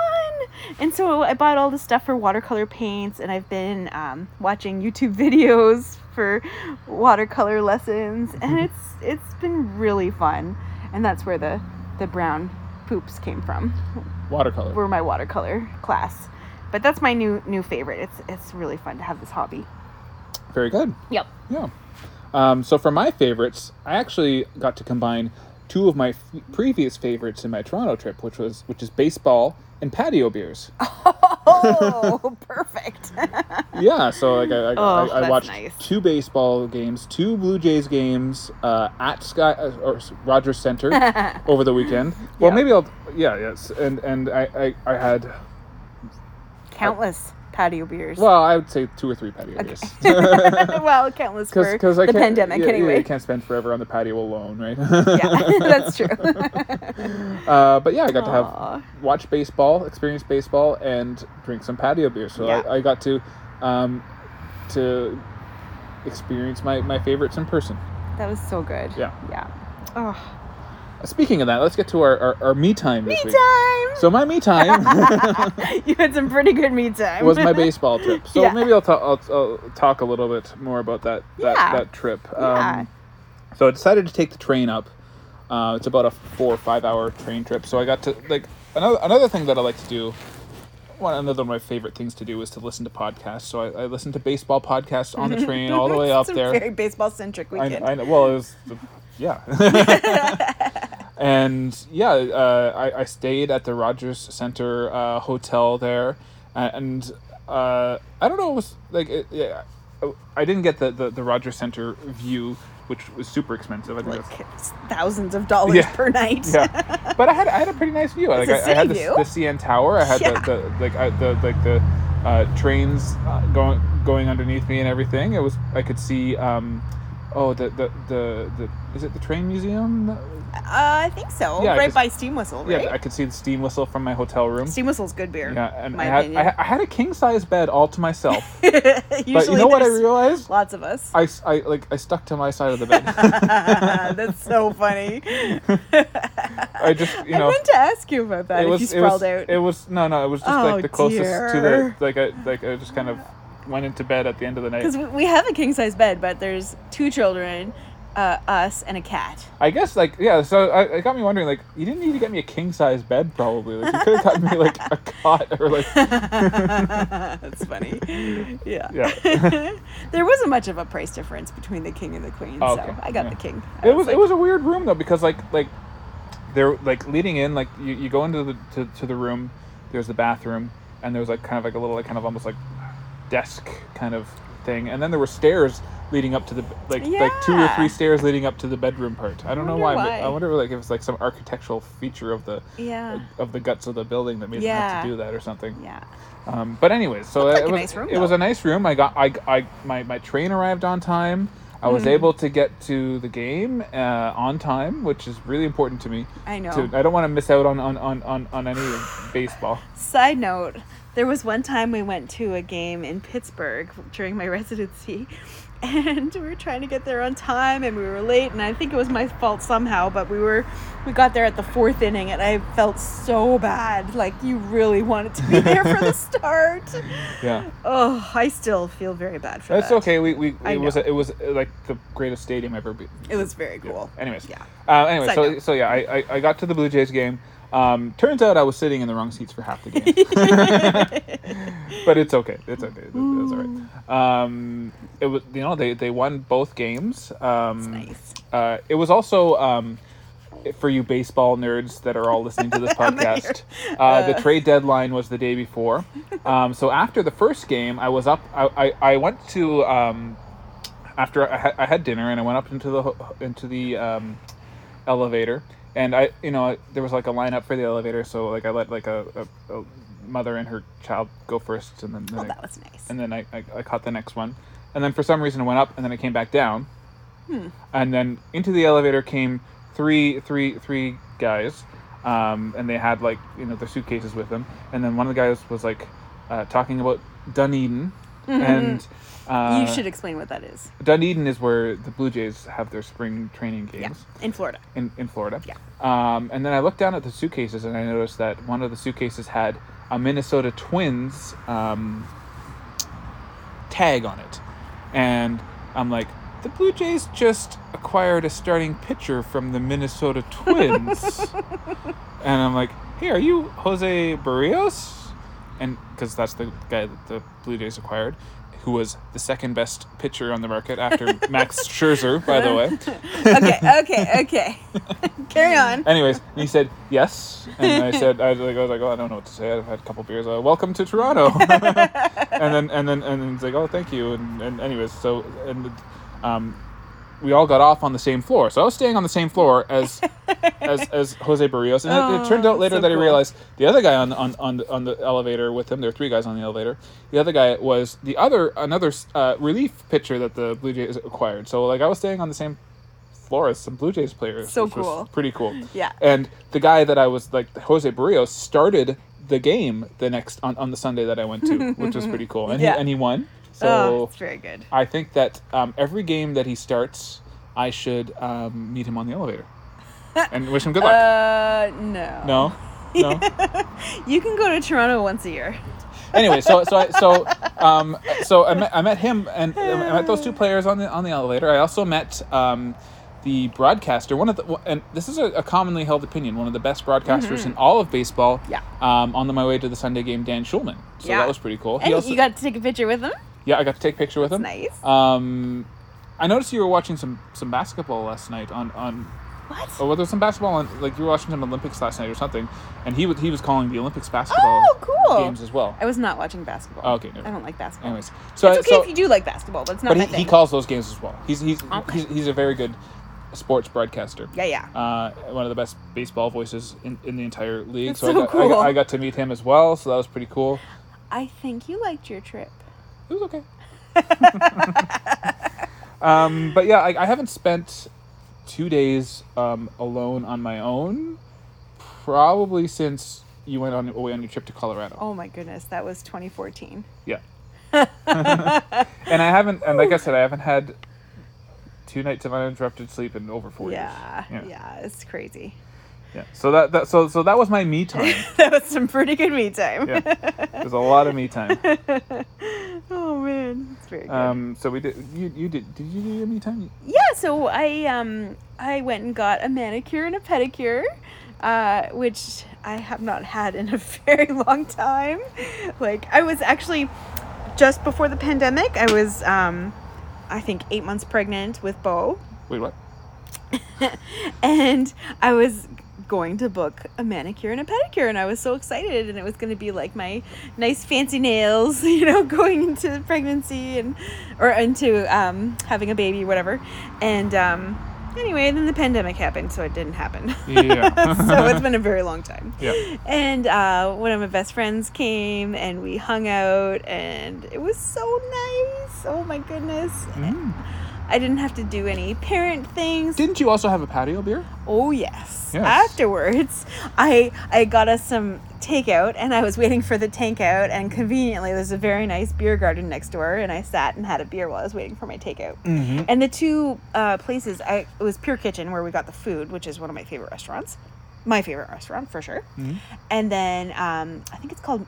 Speaker 2: And so I bought all this stuff for watercolor paints, and I've been um, watching YouTube videos for watercolor lessons, and it's it's been really fun. And that's where the the brown poops came from
Speaker 1: Watercolor.
Speaker 2: were my watercolor class. But that's my new new favorite. It's it's really fun to have this hobby.
Speaker 1: Very good.
Speaker 2: Yep.
Speaker 1: Yeah. Um, so for my favorites, I actually got to combine two of my f- previous favorites in my Toronto trip, which was which is baseball and patio beers.
Speaker 2: Oh, perfect.
Speaker 1: yeah. So like I, I,
Speaker 2: Oh,
Speaker 1: I, I
Speaker 2: that's
Speaker 1: watched
Speaker 2: nice.
Speaker 1: two baseball games, two Blue Jays games uh, at Sky uh, or s- Rogers Center over the weekend. Well,
Speaker 2: Yeah.
Speaker 1: maybe I'll. Yeah. Yes. And and I I, I had.
Speaker 2: countless patio beers.
Speaker 1: Well, I would say two or three patio beers.
Speaker 2: well, countless for
Speaker 1: Because I
Speaker 2: the
Speaker 1: can't,
Speaker 2: pandemic
Speaker 1: yeah, yeah,
Speaker 2: anyway.
Speaker 1: I can't spend forever on the patio alone, right?
Speaker 2: Yeah, that's true.
Speaker 1: Uh, but yeah, I got
Speaker 2: Aw.
Speaker 1: to have watch baseball, experience baseball, and drink some patio beer. So
Speaker 2: Yeah.
Speaker 1: I, I got to um, to experience my, my favorites in person.
Speaker 2: that was so good.
Speaker 1: Yeah.
Speaker 2: Yeah. Oh,
Speaker 1: Speaking of that, let's get to our, our, our me time
Speaker 2: me
Speaker 1: this week.
Speaker 2: time.
Speaker 1: So my me time
Speaker 2: you had some pretty good me time.
Speaker 1: was my baseball trip. So
Speaker 2: Yeah.
Speaker 1: maybe I'll, ta- I'll, I'll talk a little bit more about that that,
Speaker 2: Yeah.
Speaker 1: that trip. Um,
Speaker 2: Yeah.
Speaker 1: So I decided to take the train up. Uh, it's about a four or five hour train trip. So I got to like another another thing that I like to do. One another of my favorite things to do is to listen to podcasts. So I, I listened to baseball podcasts on the train all the way up
Speaker 2: It's a
Speaker 1: there.
Speaker 2: Very baseball centric
Speaker 1: I,
Speaker 2: weekend.
Speaker 1: I know. Well, it was, yeah. and yeah, uh, I, I stayed at the Rogers Center uh, hotel there, uh, and uh, I don't know, it was like it, yeah, I didn't get the, the the Rogers Center view, which was super expensive. I think that's-
Speaker 2: like it's thousands of dollars
Speaker 1: Yeah.
Speaker 2: per night.
Speaker 1: yeah, but I had I had a pretty nice view. Like
Speaker 2: a
Speaker 1: I, I had the,
Speaker 2: city view.
Speaker 1: the CN Tower. I had
Speaker 2: Yeah.
Speaker 1: the, the like I, the like the uh, trains uh, going going underneath me and everything. It was I could see. Um, oh, the, the the the is it the train museum?
Speaker 2: Uh, I think so.
Speaker 1: Yeah, I
Speaker 2: right
Speaker 1: just-
Speaker 2: by Steam Whistle, right?
Speaker 1: Yeah, I could see the steam whistle from my hotel room.
Speaker 2: Steam Whistle's good beer.
Speaker 1: yeah, and
Speaker 2: my
Speaker 1: I had,
Speaker 2: opinion.
Speaker 1: I, had- I had a king size bed all to myself.
Speaker 2: Usually
Speaker 1: but you know what I
Speaker 2: there's
Speaker 1: realized?
Speaker 2: Lots of us.
Speaker 1: I, s- I, like I stuck to my side of the bed.
Speaker 2: That's so funny.
Speaker 1: I just you
Speaker 2: I
Speaker 1: know.
Speaker 2: meant to ask you about that.
Speaker 1: it was
Speaker 2: if you
Speaker 1: it was
Speaker 2: sprawled out.
Speaker 1: it was no no it was just
Speaker 2: Oh,
Speaker 1: like the closest to the
Speaker 2: dear.
Speaker 1: like I like I just kind of went into bed at the end of the
Speaker 2: Because
Speaker 1: night.
Speaker 2: we have a king size bed, but there's two children, uh, us, and a cat.
Speaker 1: I guess like yeah so I, it got me wondering like you didn't need to get me a king size bed probably like you could have gotten me like a cot or like
Speaker 2: That's funny. Yeah.
Speaker 1: Yeah.
Speaker 2: there wasn't much of a price difference between the king and the queen,
Speaker 1: Oh,
Speaker 2: so
Speaker 1: okay.
Speaker 2: I got
Speaker 1: Yeah.
Speaker 2: the king. I
Speaker 1: it was
Speaker 2: like,
Speaker 1: it was a weird room though because like like they're like leading in like you, you go into the to, to the room there's the bathroom and there was like kind of like a little like kind of almost like desk kind of thing and then there were stairs leading up to the like like two or
Speaker 2: Yeah.
Speaker 1: three stairs leading up to the bedroom part i don't know
Speaker 2: wonder
Speaker 1: why, but
Speaker 2: why.
Speaker 1: i wonder like if it's like some architectural feature of the
Speaker 2: Yeah.
Speaker 1: of the guts of the building that made them have to
Speaker 2: Yeah.
Speaker 1: do that or something
Speaker 2: Yeah.
Speaker 1: um, but anyways, so
Speaker 2: Looked like
Speaker 1: it
Speaker 2: a
Speaker 1: was
Speaker 2: nice room,
Speaker 1: it was
Speaker 2: though.
Speaker 1: a nice room. I got I, I my, my train arrived on time. I
Speaker 2: Mm.
Speaker 1: was able to get to the game uh, on time, which is really important to me.
Speaker 2: I know.
Speaker 1: To, I don't want to miss out on on, on, on, on any of baseball.
Speaker 2: Side note, there was one time we went to a game in Pittsburgh during my residency and we were trying to get there on time and we were late and I think it was my fault somehow, but we were we got there at the fourth inning and I felt so bad. Like you really wanted to be there for the start.
Speaker 1: Yeah,
Speaker 2: Oh, I still feel very bad for
Speaker 1: that's
Speaker 2: that.
Speaker 1: okay. We, we
Speaker 2: I
Speaker 1: it was
Speaker 2: know.
Speaker 1: it was uh, like the greatest stadium ever. Be-
Speaker 2: It was very cool.
Speaker 1: Anyways,
Speaker 2: Yeah.
Speaker 1: Uh, anyway,
Speaker 2: Side
Speaker 1: so
Speaker 2: note.
Speaker 1: so yeah, I, I, I got to the Blue Jays game. Um, turns out I was sitting in the wrong seats for half the game. but it's okay. It's okay. It, it was all right. Um, it was you know they, they won both games. Um,
Speaker 2: nice.
Speaker 1: uh, it was also um, for you baseball nerds that are all listening to this
Speaker 2: I'm here.
Speaker 1: podcast, uh, the
Speaker 2: Uh.
Speaker 1: trade deadline was the day before. Um, so after the first game, I was up. I, I, I went to um, after I, ha- I had dinner and I went up into the ho- into the um, elevator and I you know I- there was like a lineup for the elevator, so like I let like a, a, a mother and her child go first, and then, then
Speaker 2: Oh,
Speaker 1: I-
Speaker 2: that was nice.
Speaker 1: and then I, I, I caught the next one. And then for some reason it went up, and then it came back down.
Speaker 2: Hmm.
Speaker 1: And then into the elevator came three, three, three guys, um, and they had like you know their suitcases with them. And then one of the guys was like uh, talking about Dunedin, and uh,
Speaker 2: Mm-hmm. you should explain what that is.
Speaker 1: Dunedin is where the Blue Jays have their spring training games
Speaker 2: Yeah, in Florida.
Speaker 1: in, in Florida.
Speaker 2: Yeah.
Speaker 1: Um, and then I looked down at the suitcases and I noticed that one of the suitcases had a Minnesota Twins um, tag on it. And I'm like, the Blue Jays just acquired a starting pitcher from the Minnesota Twins. and I'm like, hey, are you Jose Barrios? And because that's the guy that the Blue Jays acquired, who was the second best pitcher on the market after Max Scherzer, by the way.
Speaker 2: Okay, okay, okay. Carry on.
Speaker 1: Anyways, and he said yes, and I said I was like I was like oh I don't know what to say. I've had a couple beers. Uh, Welcome to Toronto, and then and then and then he's like oh thank you and, and anyways so and um, we all got off on the same floor. So I was staying on the same floor as as as Jose Barrios, and it, it turned
Speaker 2: Oh,
Speaker 1: out later
Speaker 2: so
Speaker 1: that I
Speaker 2: cool.
Speaker 1: realized the other guy on on on the, on the elevator with him. There were three guys on the elevator. The other guy was the other another uh, relief pitcher that the Blue Jays acquired. So like I was staying on the same floor as some Blue Jays players.
Speaker 2: So
Speaker 1: which was
Speaker 2: cool.
Speaker 1: pretty cool.
Speaker 2: Yeah.
Speaker 1: And the guy that I was like Jose Barrios started the game the next on, on the Sunday that I went to, which was pretty cool. And
Speaker 2: Yeah.
Speaker 1: he and he won. So
Speaker 2: oh, it's very good.
Speaker 1: I think that um, every game that he starts, I should um, meet him on the elevator and wish him good luck.
Speaker 2: Uh, no.
Speaker 1: no, no.
Speaker 2: you can go to Toronto once a year.
Speaker 1: anyway, so so I, so um, so I met, I met him and I met those two players on the on the elevator. I also met um, the broadcaster, one of the and this is a, a commonly held opinion, one of the best broadcasters in all of baseball.
Speaker 2: Mm-hmm. Yeah.
Speaker 1: Um, on the, my way to the Sunday game, Dan Schulman. So
Speaker 2: Yeah.
Speaker 1: that was pretty cool.
Speaker 2: And you got to take a picture with him.
Speaker 1: yeah, I got to take a picture with him.
Speaker 2: Nice.
Speaker 1: Um, I noticed you were watching some some basketball last night on on
Speaker 2: What?
Speaker 1: oh, well, there was some basketball on like you were watching some Olympics last night or something, and he was he was calling the Olympics basketball
Speaker 2: Oh, cool.
Speaker 1: games as well.
Speaker 2: I was not watching basketball.
Speaker 1: Oh, okay, never
Speaker 2: I don't like basketball.
Speaker 1: Anyways, so
Speaker 2: it's okay
Speaker 1: so,
Speaker 2: if you do like basketball, but it's not
Speaker 1: but
Speaker 2: my
Speaker 1: he, he
Speaker 2: thing.
Speaker 1: calls those games as well. He's he's
Speaker 2: Okay.
Speaker 1: he's, he's a very good sports broadcaster.
Speaker 2: yeah, yeah.
Speaker 1: Uh, one of the best baseball voices in, in the entire league.
Speaker 2: That's
Speaker 1: so I
Speaker 2: so
Speaker 1: got, I,
Speaker 2: cool.
Speaker 1: got, I got to meet him as well. So that was pretty cool.
Speaker 2: I think you liked your trip.
Speaker 1: It was okay. um, but yeah, I, I haven't spent two days um, alone on my own probably since you went on away on your trip to Colorado.
Speaker 2: Oh my goodness, that was 2014.
Speaker 1: Yeah. and I haven't, and like I said, I haven't had two nights of uninterrupted sleep in over four
Speaker 2: Yeah,
Speaker 1: years.
Speaker 2: yeah, it's crazy.
Speaker 1: yeah. So that, that so so that was my me time.
Speaker 2: that was some pretty good me time.
Speaker 1: Yeah, there's a lot of me time.
Speaker 2: oh man, it's very good.
Speaker 1: Um, so we did. You you did. Did you do your me time?
Speaker 2: yeah, so I um I went and got a manicure and a pedicure, uh, which I have not had in a very long time. Like I was actually just before the pandemic, I was um I think eight months pregnant with Bo.
Speaker 1: Wait, what?
Speaker 2: and I was going to book a manicure and a pedicure and I was so excited and it was going to be like my nice fancy nails, you know, going into pregnancy and or into um, having a baby whatever. And um, anyway, then the pandemic happened, so it didn't happen.
Speaker 1: Yeah.
Speaker 2: so it's been a very long time.
Speaker 1: Yeah.
Speaker 2: And uh, one of my best friends came and we hung out and it was so nice. Oh my goodness.
Speaker 1: Mm.
Speaker 2: I didn't have to do any parent things.
Speaker 1: Didn't you also have a patio beer?
Speaker 2: Oh yes.
Speaker 1: Yes.
Speaker 2: Afterwards, I I got us some takeout, and I was waiting for the tank out. And conveniently, there's a very nice beer garden next door, and I sat and had a beer while I was waiting for my takeout.
Speaker 1: Mm-hmm.
Speaker 2: And the two uh, places, I it was Pure Kitchen where we got the food, which is one of my favorite restaurants, my favorite restaurant for sure.
Speaker 1: Mhm.
Speaker 2: And then um, I think it's called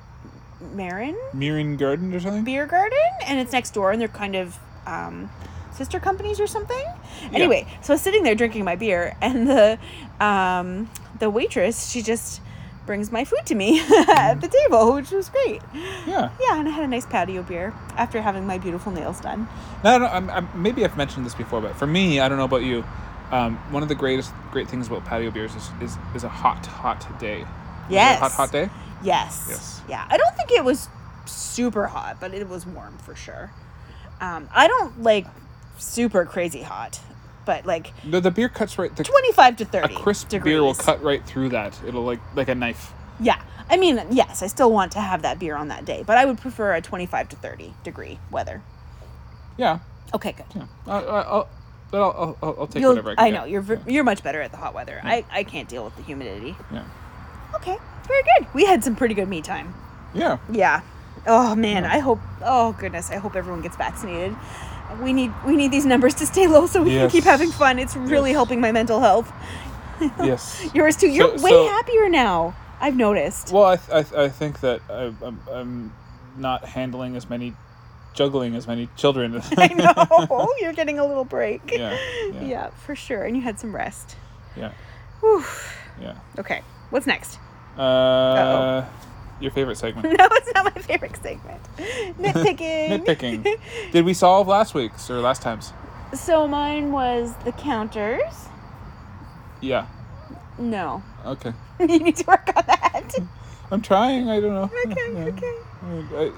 Speaker 2: Marin
Speaker 1: Mirren Garden or something.
Speaker 2: beer garden and it's next door and they're kind of um, sister companies or something anyway so i was sitting there drinking my beer and the um, the waitress she just brings my food to me at the table which was great
Speaker 1: Yeah.
Speaker 2: yeah and i had a nice patio beer after having my beautiful nails done
Speaker 1: No, no, I'm, I'm, maybe I've mentioned this before, but for me, I don't know about you. Um, one of the greatest great things about patio beers is is, is a hot hot day. Is it
Speaker 2: Yes.
Speaker 1: a hot hot day.
Speaker 2: Yes.
Speaker 1: Yes.
Speaker 2: Yeah. I don't think it was super hot, but it was warm for sure. Um, I don't like super crazy hot, but like
Speaker 1: The, the beer cuts right. The,
Speaker 2: 25 to
Speaker 1: a
Speaker 2: 30
Speaker 1: crisp
Speaker 2: degrees.
Speaker 1: beer will cut right through that. It'll like like a knife.
Speaker 2: Yeah. I mean, yes, I still want to have that beer on that day, but I would prefer a 25 to 30 degree weather.
Speaker 1: Yeah.
Speaker 2: Okay, good.
Speaker 1: Yeah. I, I, I'll, but I'll, I'll- I'll, I'll take
Speaker 2: You'll-
Speaker 1: whatever I can.
Speaker 2: know
Speaker 1: get.
Speaker 2: you're v you're much better at the hot weather. I, I can't deal with the humidity.
Speaker 1: Yeah.
Speaker 2: Okay, very good. We had some pretty good me time.
Speaker 1: Yeah.
Speaker 2: Yeah. Oh man, I hope. Oh goodness, I hope everyone gets vaccinated. We need we need these numbers to stay low so we can keep
Speaker 1: Yes.
Speaker 2: having fun. It's really
Speaker 1: Yes.
Speaker 2: helping my mental health.
Speaker 1: yes.
Speaker 2: Yours too. You're
Speaker 1: So-
Speaker 2: way
Speaker 1: so-
Speaker 2: happier now. I've noticed.
Speaker 1: Well, I, th- I, I think that I, I'm, I'm not handling as many, juggling as many children.
Speaker 2: I know you're getting a little break.
Speaker 1: Yeah, yeah.
Speaker 2: Yeah, for sure. And you had some rest.
Speaker 1: yeah.
Speaker 2: Whew.
Speaker 1: Yeah.
Speaker 2: Okay. What's next?
Speaker 1: Uh, your favorite segment.
Speaker 2: No, it's not my favorite segment. Nitpicking.
Speaker 1: Nitpicking. Did we solve last week's or last time's?
Speaker 2: So mine was the counters.
Speaker 1: Yeah.
Speaker 2: No.
Speaker 1: Okay.
Speaker 2: you need to work on that.
Speaker 1: I'm trying. I don't know.
Speaker 2: Okay,
Speaker 1: Yeah.
Speaker 2: okay.
Speaker 1: I,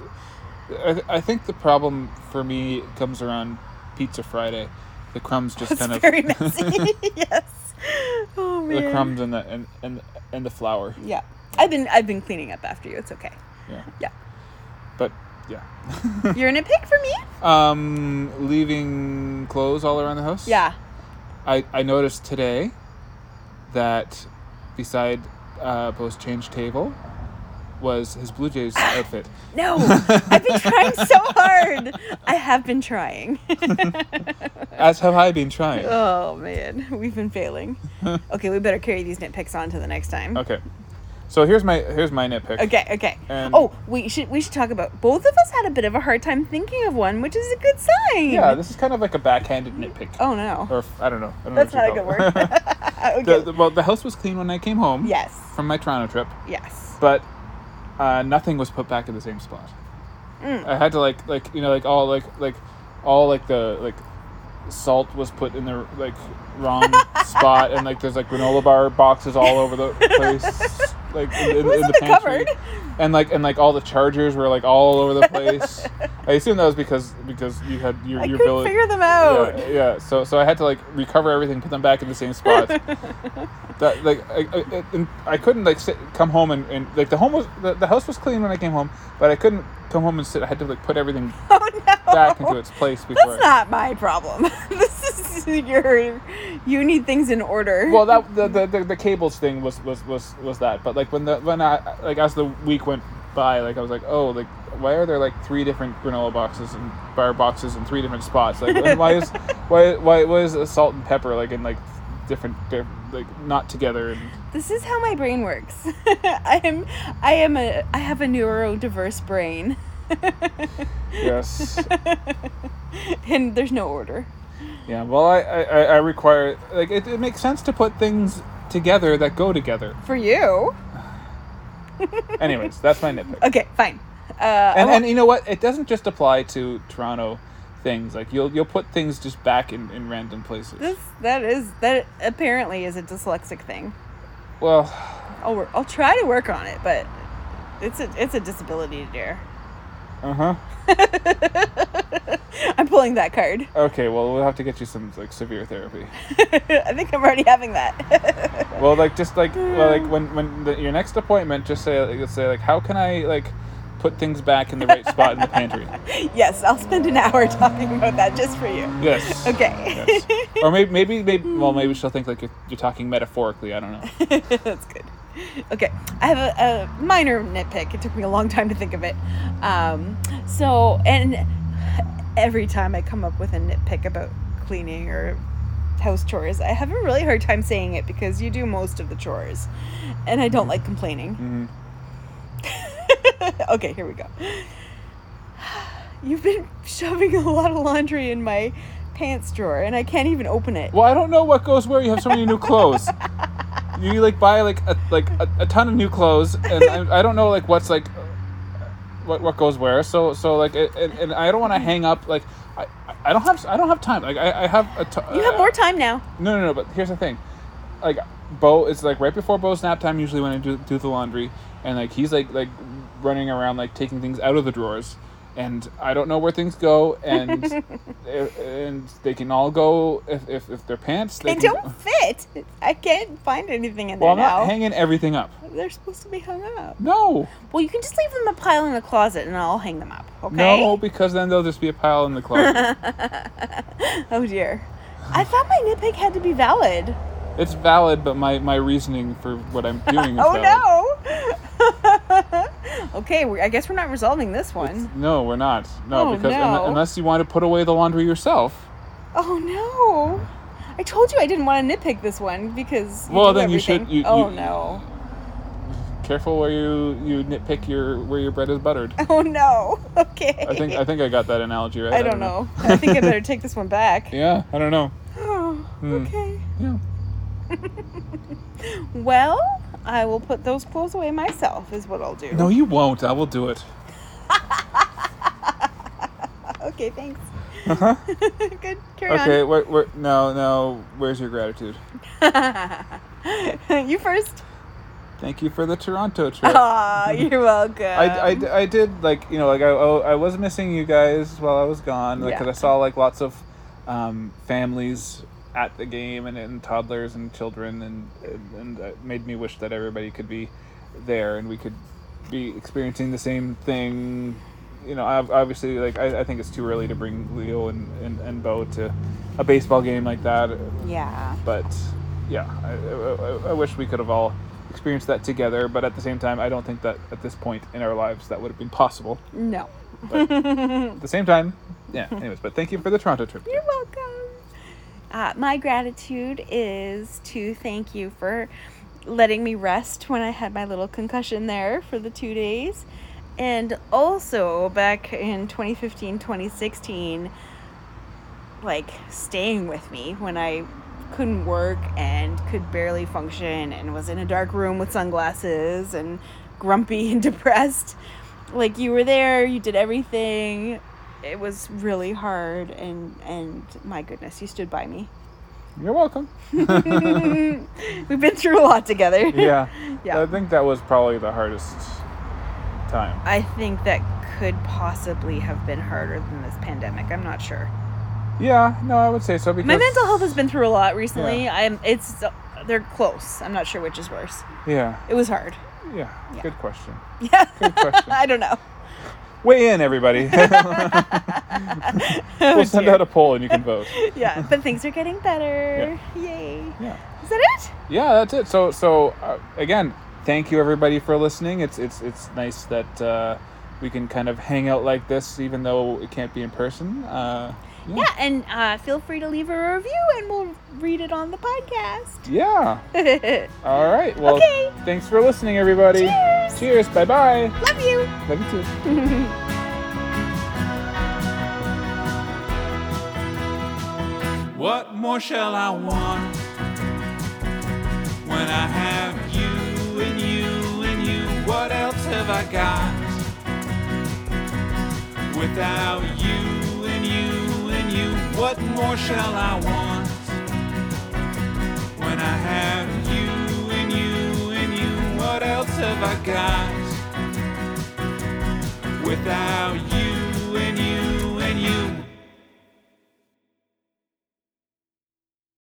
Speaker 1: I, I think the problem for me comes around Pizza Friday. The crumbs just
Speaker 2: It's
Speaker 1: kind of
Speaker 2: very messy. yes. Oh man.
Speaker 1: the crumbs and the and, and and the flour.
Speaker 2: Yeah. I've been I've been cleaning up after you. It's okay.
Speaker 1: Yeah.
Speaker 2: Yeah.
Speaker 1: But yeah.
Speaker 2: You're gonna pick for me?
Speaker 1: Um, leaving clothes all around the house.
Speaker 2: Yeah.
Speaker 1: I, I noticed today that beside uh, Bo's change table was his Blue Jays outfit.
Speaker 2: No. I've been trying so hard. I have been trying.
Speaker 1: As have I been trying.
Speaker 2: oh man. We've been failing. Okay, we better carry these nitpicks on to the next time.
Speaker 1: Okay. So here's my here's my nitpick.
Speaker 2: Okay, okay.
Speaker 1: And-
Speaker 2: oh, we should we should talk about both of us had a bit of a hard time thinking of one, which is a good sign.
Speaker 1: Yeah, this is kind of like a backhanded nitpick.
Speaker 2: oh no.
Speaker 1: Or f- I don't know. I don't
Speaker 2: That's
Speaker 1: know
Speaker 2: not a
Speaker 1: what
Speaker 2: good
Speaker 1: you
Speaker 2: word.
Speaker 1: call it.
Speaker 2: okay.
Speaker 1: The- the- well, the house was clean when I came home.
Speaker 2: yes.
Speaker 1: From my Toronto trip,
Speaker 2: Yes.
Speaker 1: but uh, nothing was put back in the same spot.
Speaker 2: Mm.
Speaker 1: I had to like like you know like all like like all like the like salt was put in the like wrong spot and like there's like granola bar boxes all over the place like in, in,
Speaker 2: was
Speaker 1: in the
Speaker 2: in the
Speaker 1: pantry
Speaker 2: cupboard?
Speaker 1: and like and like all the chargers were like all over the place i assume that was because because you had your,
Speaker 2: I
Speaker 1: your
Speaker 2: couldn't
Speaker 1: bill
Speaker 2: figure them out.
Speaker 1: yeah, yeah so so i had to like recover everything put them back in the same spot that like I, I, I- and I couldn't like sit, come home and, and like the home was the, the house was clean when I came home, but I couldn't come home and sit. I had to like put everything
Speaker 2: Oh no.
Speaker 1: back into its place before.
Speaker 2: That's
Speaker 1: I,
Speaker 2: not my problem. this is your. You need things in order.
Speaker 1: well, that the, the, the, the cables thing was, was was was that, but like when the when I like as the week went by, like I was like, oh, like why are there like three different granola boxes and bar boxes in three different spots? Like and why is why why was salt and pepper like in like different, diff like not together? And,
Speaker 2: this is how my brain works. I am. I am a. I have a neurodiverse brain.
Speaker 1: yes.
Speaker 2: and there's no order.
Speaker 1: Yeah, well, I, I, I- I require, like, it, it makes sense to put things together that go together.
Speaker 2: For you.
Speaker 1: Anyways, that's my nitpick.
Speaker 2: Okay. Fine. Uh, I
Speaker 1: And,
Speaker 2: won't-
Speaker 1: and you know what? It doesn't just apply to Toronto things. Like, you'll you'll put things just back in, in random places.
Speaker 2: this that is that apparently is a dyslexic thing.
Speaker 1: Well,
Speaker 2: I'll work. I'll try to work on it, but it's a it's a disability, dear.
Speaker 1: uh huh.
Speaker 2: I'm pulling that card.
Speaker 1: Okay, well, we'll have to get you some, like, severe therapy.
Speaker 2: I think I'm already having that.
Speaker 1: Well, like, just like, well, like when, when the, your next appointment, just say, like, let's say, like, how can I, like, put things back in the right spot in the pantry?
Speaker 2: yes, I'll spend an hour talking about that just for you.
Speaker 1: Yes.
Speaker 2: Okay.
Speaker 1: Yes. Or maybe, maybe, maybe, well, maybe she'll think, like, you're, you're talking metaphorically. I don't know.
Speaker 2: That's good. Okay, I have a, a minor nitpick. It took me a long time to think of it. Um, so, and every time I come up with a nitpick about cleaning or house chores, I have a really hard time saying it because you do most of the chores, and I don't like complaining.
Speaker 1: Mhm.
Speaker 2: okay, here we go. You've been shoving a lot of laundry in my pants drawer, and I can't even open it.
Speaker 1: Well, I don't know what goes where. You have so many new clothes. you like buy like a, like a, a ton of new clothes, and I, I don't know like what's like what, what goes where. So so like it, and, and I don't want to hang up like I, I don't have I don't have time. Like I, I have a t-
Speaker 2: You have more time now.
Speaker 1: no, no, no. But here's the thing, like Bo, it's like right before Bo's nap time. Usually when I do do the laundry, and like he's like like running around like taking things out of the drawers, and I don't know where things go, and eh, and they can all go if if, if they're pants. They
Speaker 2: They
Speaker 1: can-
Speaker 2: don't fit. I can't find anything in
Speaker 1: Well, I'm
Speaker 2: there
Speaker 1: not
Speaker 2: now.
Speaker 1: hanging everything up.
Speaker 2: They're supposed to be hung up.
Speaker 1: No,
Speaker 2: Well, you can just leave them a pile in the closet, and I'll hang them up. Okay.
Speaker 1: no, because then there'll just be a pile in the closet.
Speaker 2: oh dear. I thought my nitpick had to be valid.
Speaker 1: it's valid, but my my reasoning for what I'm doing. Is
Speaker 2: oh
Speaker 1: valid.
Speaker 2: no. okay, we, I guess we're not resolving this one.
Speaker 1: No, we're not. No,
Speaker 2: Oh,
Speaker 1: because un-
Speaker 2: no.
Speaker 1: unless you want to put away the laundry yourself.
Speaker 2: Oh no. I told you I didn't want to nitpick this one because you
Speaker 1: Well,
Speaker 2: do
Speaker 1: then you should-
Speaker 2: everything.
Speaker 1: you-
Speaker 2: oh
Speaker 1: you-
Speaker 2: no.
Speaker 1: Careful where you you nitpick your where your bread is buttered.
Speaker 2: Oh no. Okay.
Speaker 1: I think I think I got that analogy right.
Speaker 2: I don't know. I think I better take this one back.
Speaker 1: yeah, Hmm. I don't know.
Speaker 2: Oh, okay.
Speaker 1: Yeah.
Speaker 2: Well, I will put those clothes away myself. Is what I'll do.
Speaker 1: No, you won't. I will do it.
Speaker 2: Okay. Thanks.
Speaker 1: Uh-huh.
Speaker 2: Good. Carry
Speaker 1: Okay. Where, where, no, no. Where's your gratitude?
Speaker 2: on. you first.
Speaker 1: Thank you for the Toronto trip.
Speaker 2: Ah, you're welcome.
Speaker 1: I, I, I did like you know like I, oh, I was missing you guys while I was gone because
Speaker 2: Yeah.
Speaker 1: I saw like lots of um, families at the game and, and toddlers and children and and, and it made me wish that everybody could be there and we could be experiencing the same thing you know ob- obviously like I, I think it's too early to bring Leo and, and, and Bo to a baseball game like that
Speaker 2: Yeah.
Speaker 1: but yeah I, I- I, I wish we could have all experienced that together but at the same time i don't think that at this point in our lives that would have been possible
Speaker 2: No.
Speaker 1: at the same time yeah anyways but thank you for the toronto trip
Speaker 2: You're welcome. Uh, my gratitude is to thank you for letting me rest when I had my little concussion there for the two days. And also back in 2015, 2016, like staying with me when I couldn't work and could barely function and was in a dark room with sunglasses and grumpy and depressed. Like you were there, you did everything. It was really hard and and my goodness, you stood by me. Mm,
Speaker 1: you're welcome
Speaker 2: We've been through a lot together.
Speaker 1: yeah
Speaker 2: Yeah.
Speaker 1: i think that was probably the hardest time
Speaker 2: I think that could possibly have been harder than this pandemic. I'm not sure.
Speaker 1: yeah no i would say so because
Speaker 2: My mental health has been through a lot recently. I'm it's they're close. I'm not sure which is worse.
Speaker 1: yeah,
Speaker 2: It was hard.
Speaker 1: yeah
Speaker 2: Yeah.
Speaker 1: good question
Speaker 2: Yeah.
Speaker 1: Good question.
Speaker 2: I don't know.
Speaker 1: weigh in everybody we'll send out a poll and you can vote
Speaker 2: yeah, but things are getting better. Yay.
Speaker 1: yeah
Speaker 2: Is that it?
Speaker 1: yeah that's it so so uh, again thank you everybody for listening it's it's it's nice that uh, we can kind of hang out like this even though it can't be in person uh,
Speaker 2: Yeah, and uh, feel free to leave a review and we'll read it on the podcast.
Speaker 1: yeah all right well
Speaker 2: Okay.
Speaker 1: thanks for listening everybody
Speaker 2: Cheers.
Speaker 1: cheers bye bye
Speaker 2: Love you.
Speaker 1: love you too
Speaker 3: What more shall I want when I have you and you and you? What else have I got without you and you and you? What more shall I want when I have you and you and you? What else have I got without you?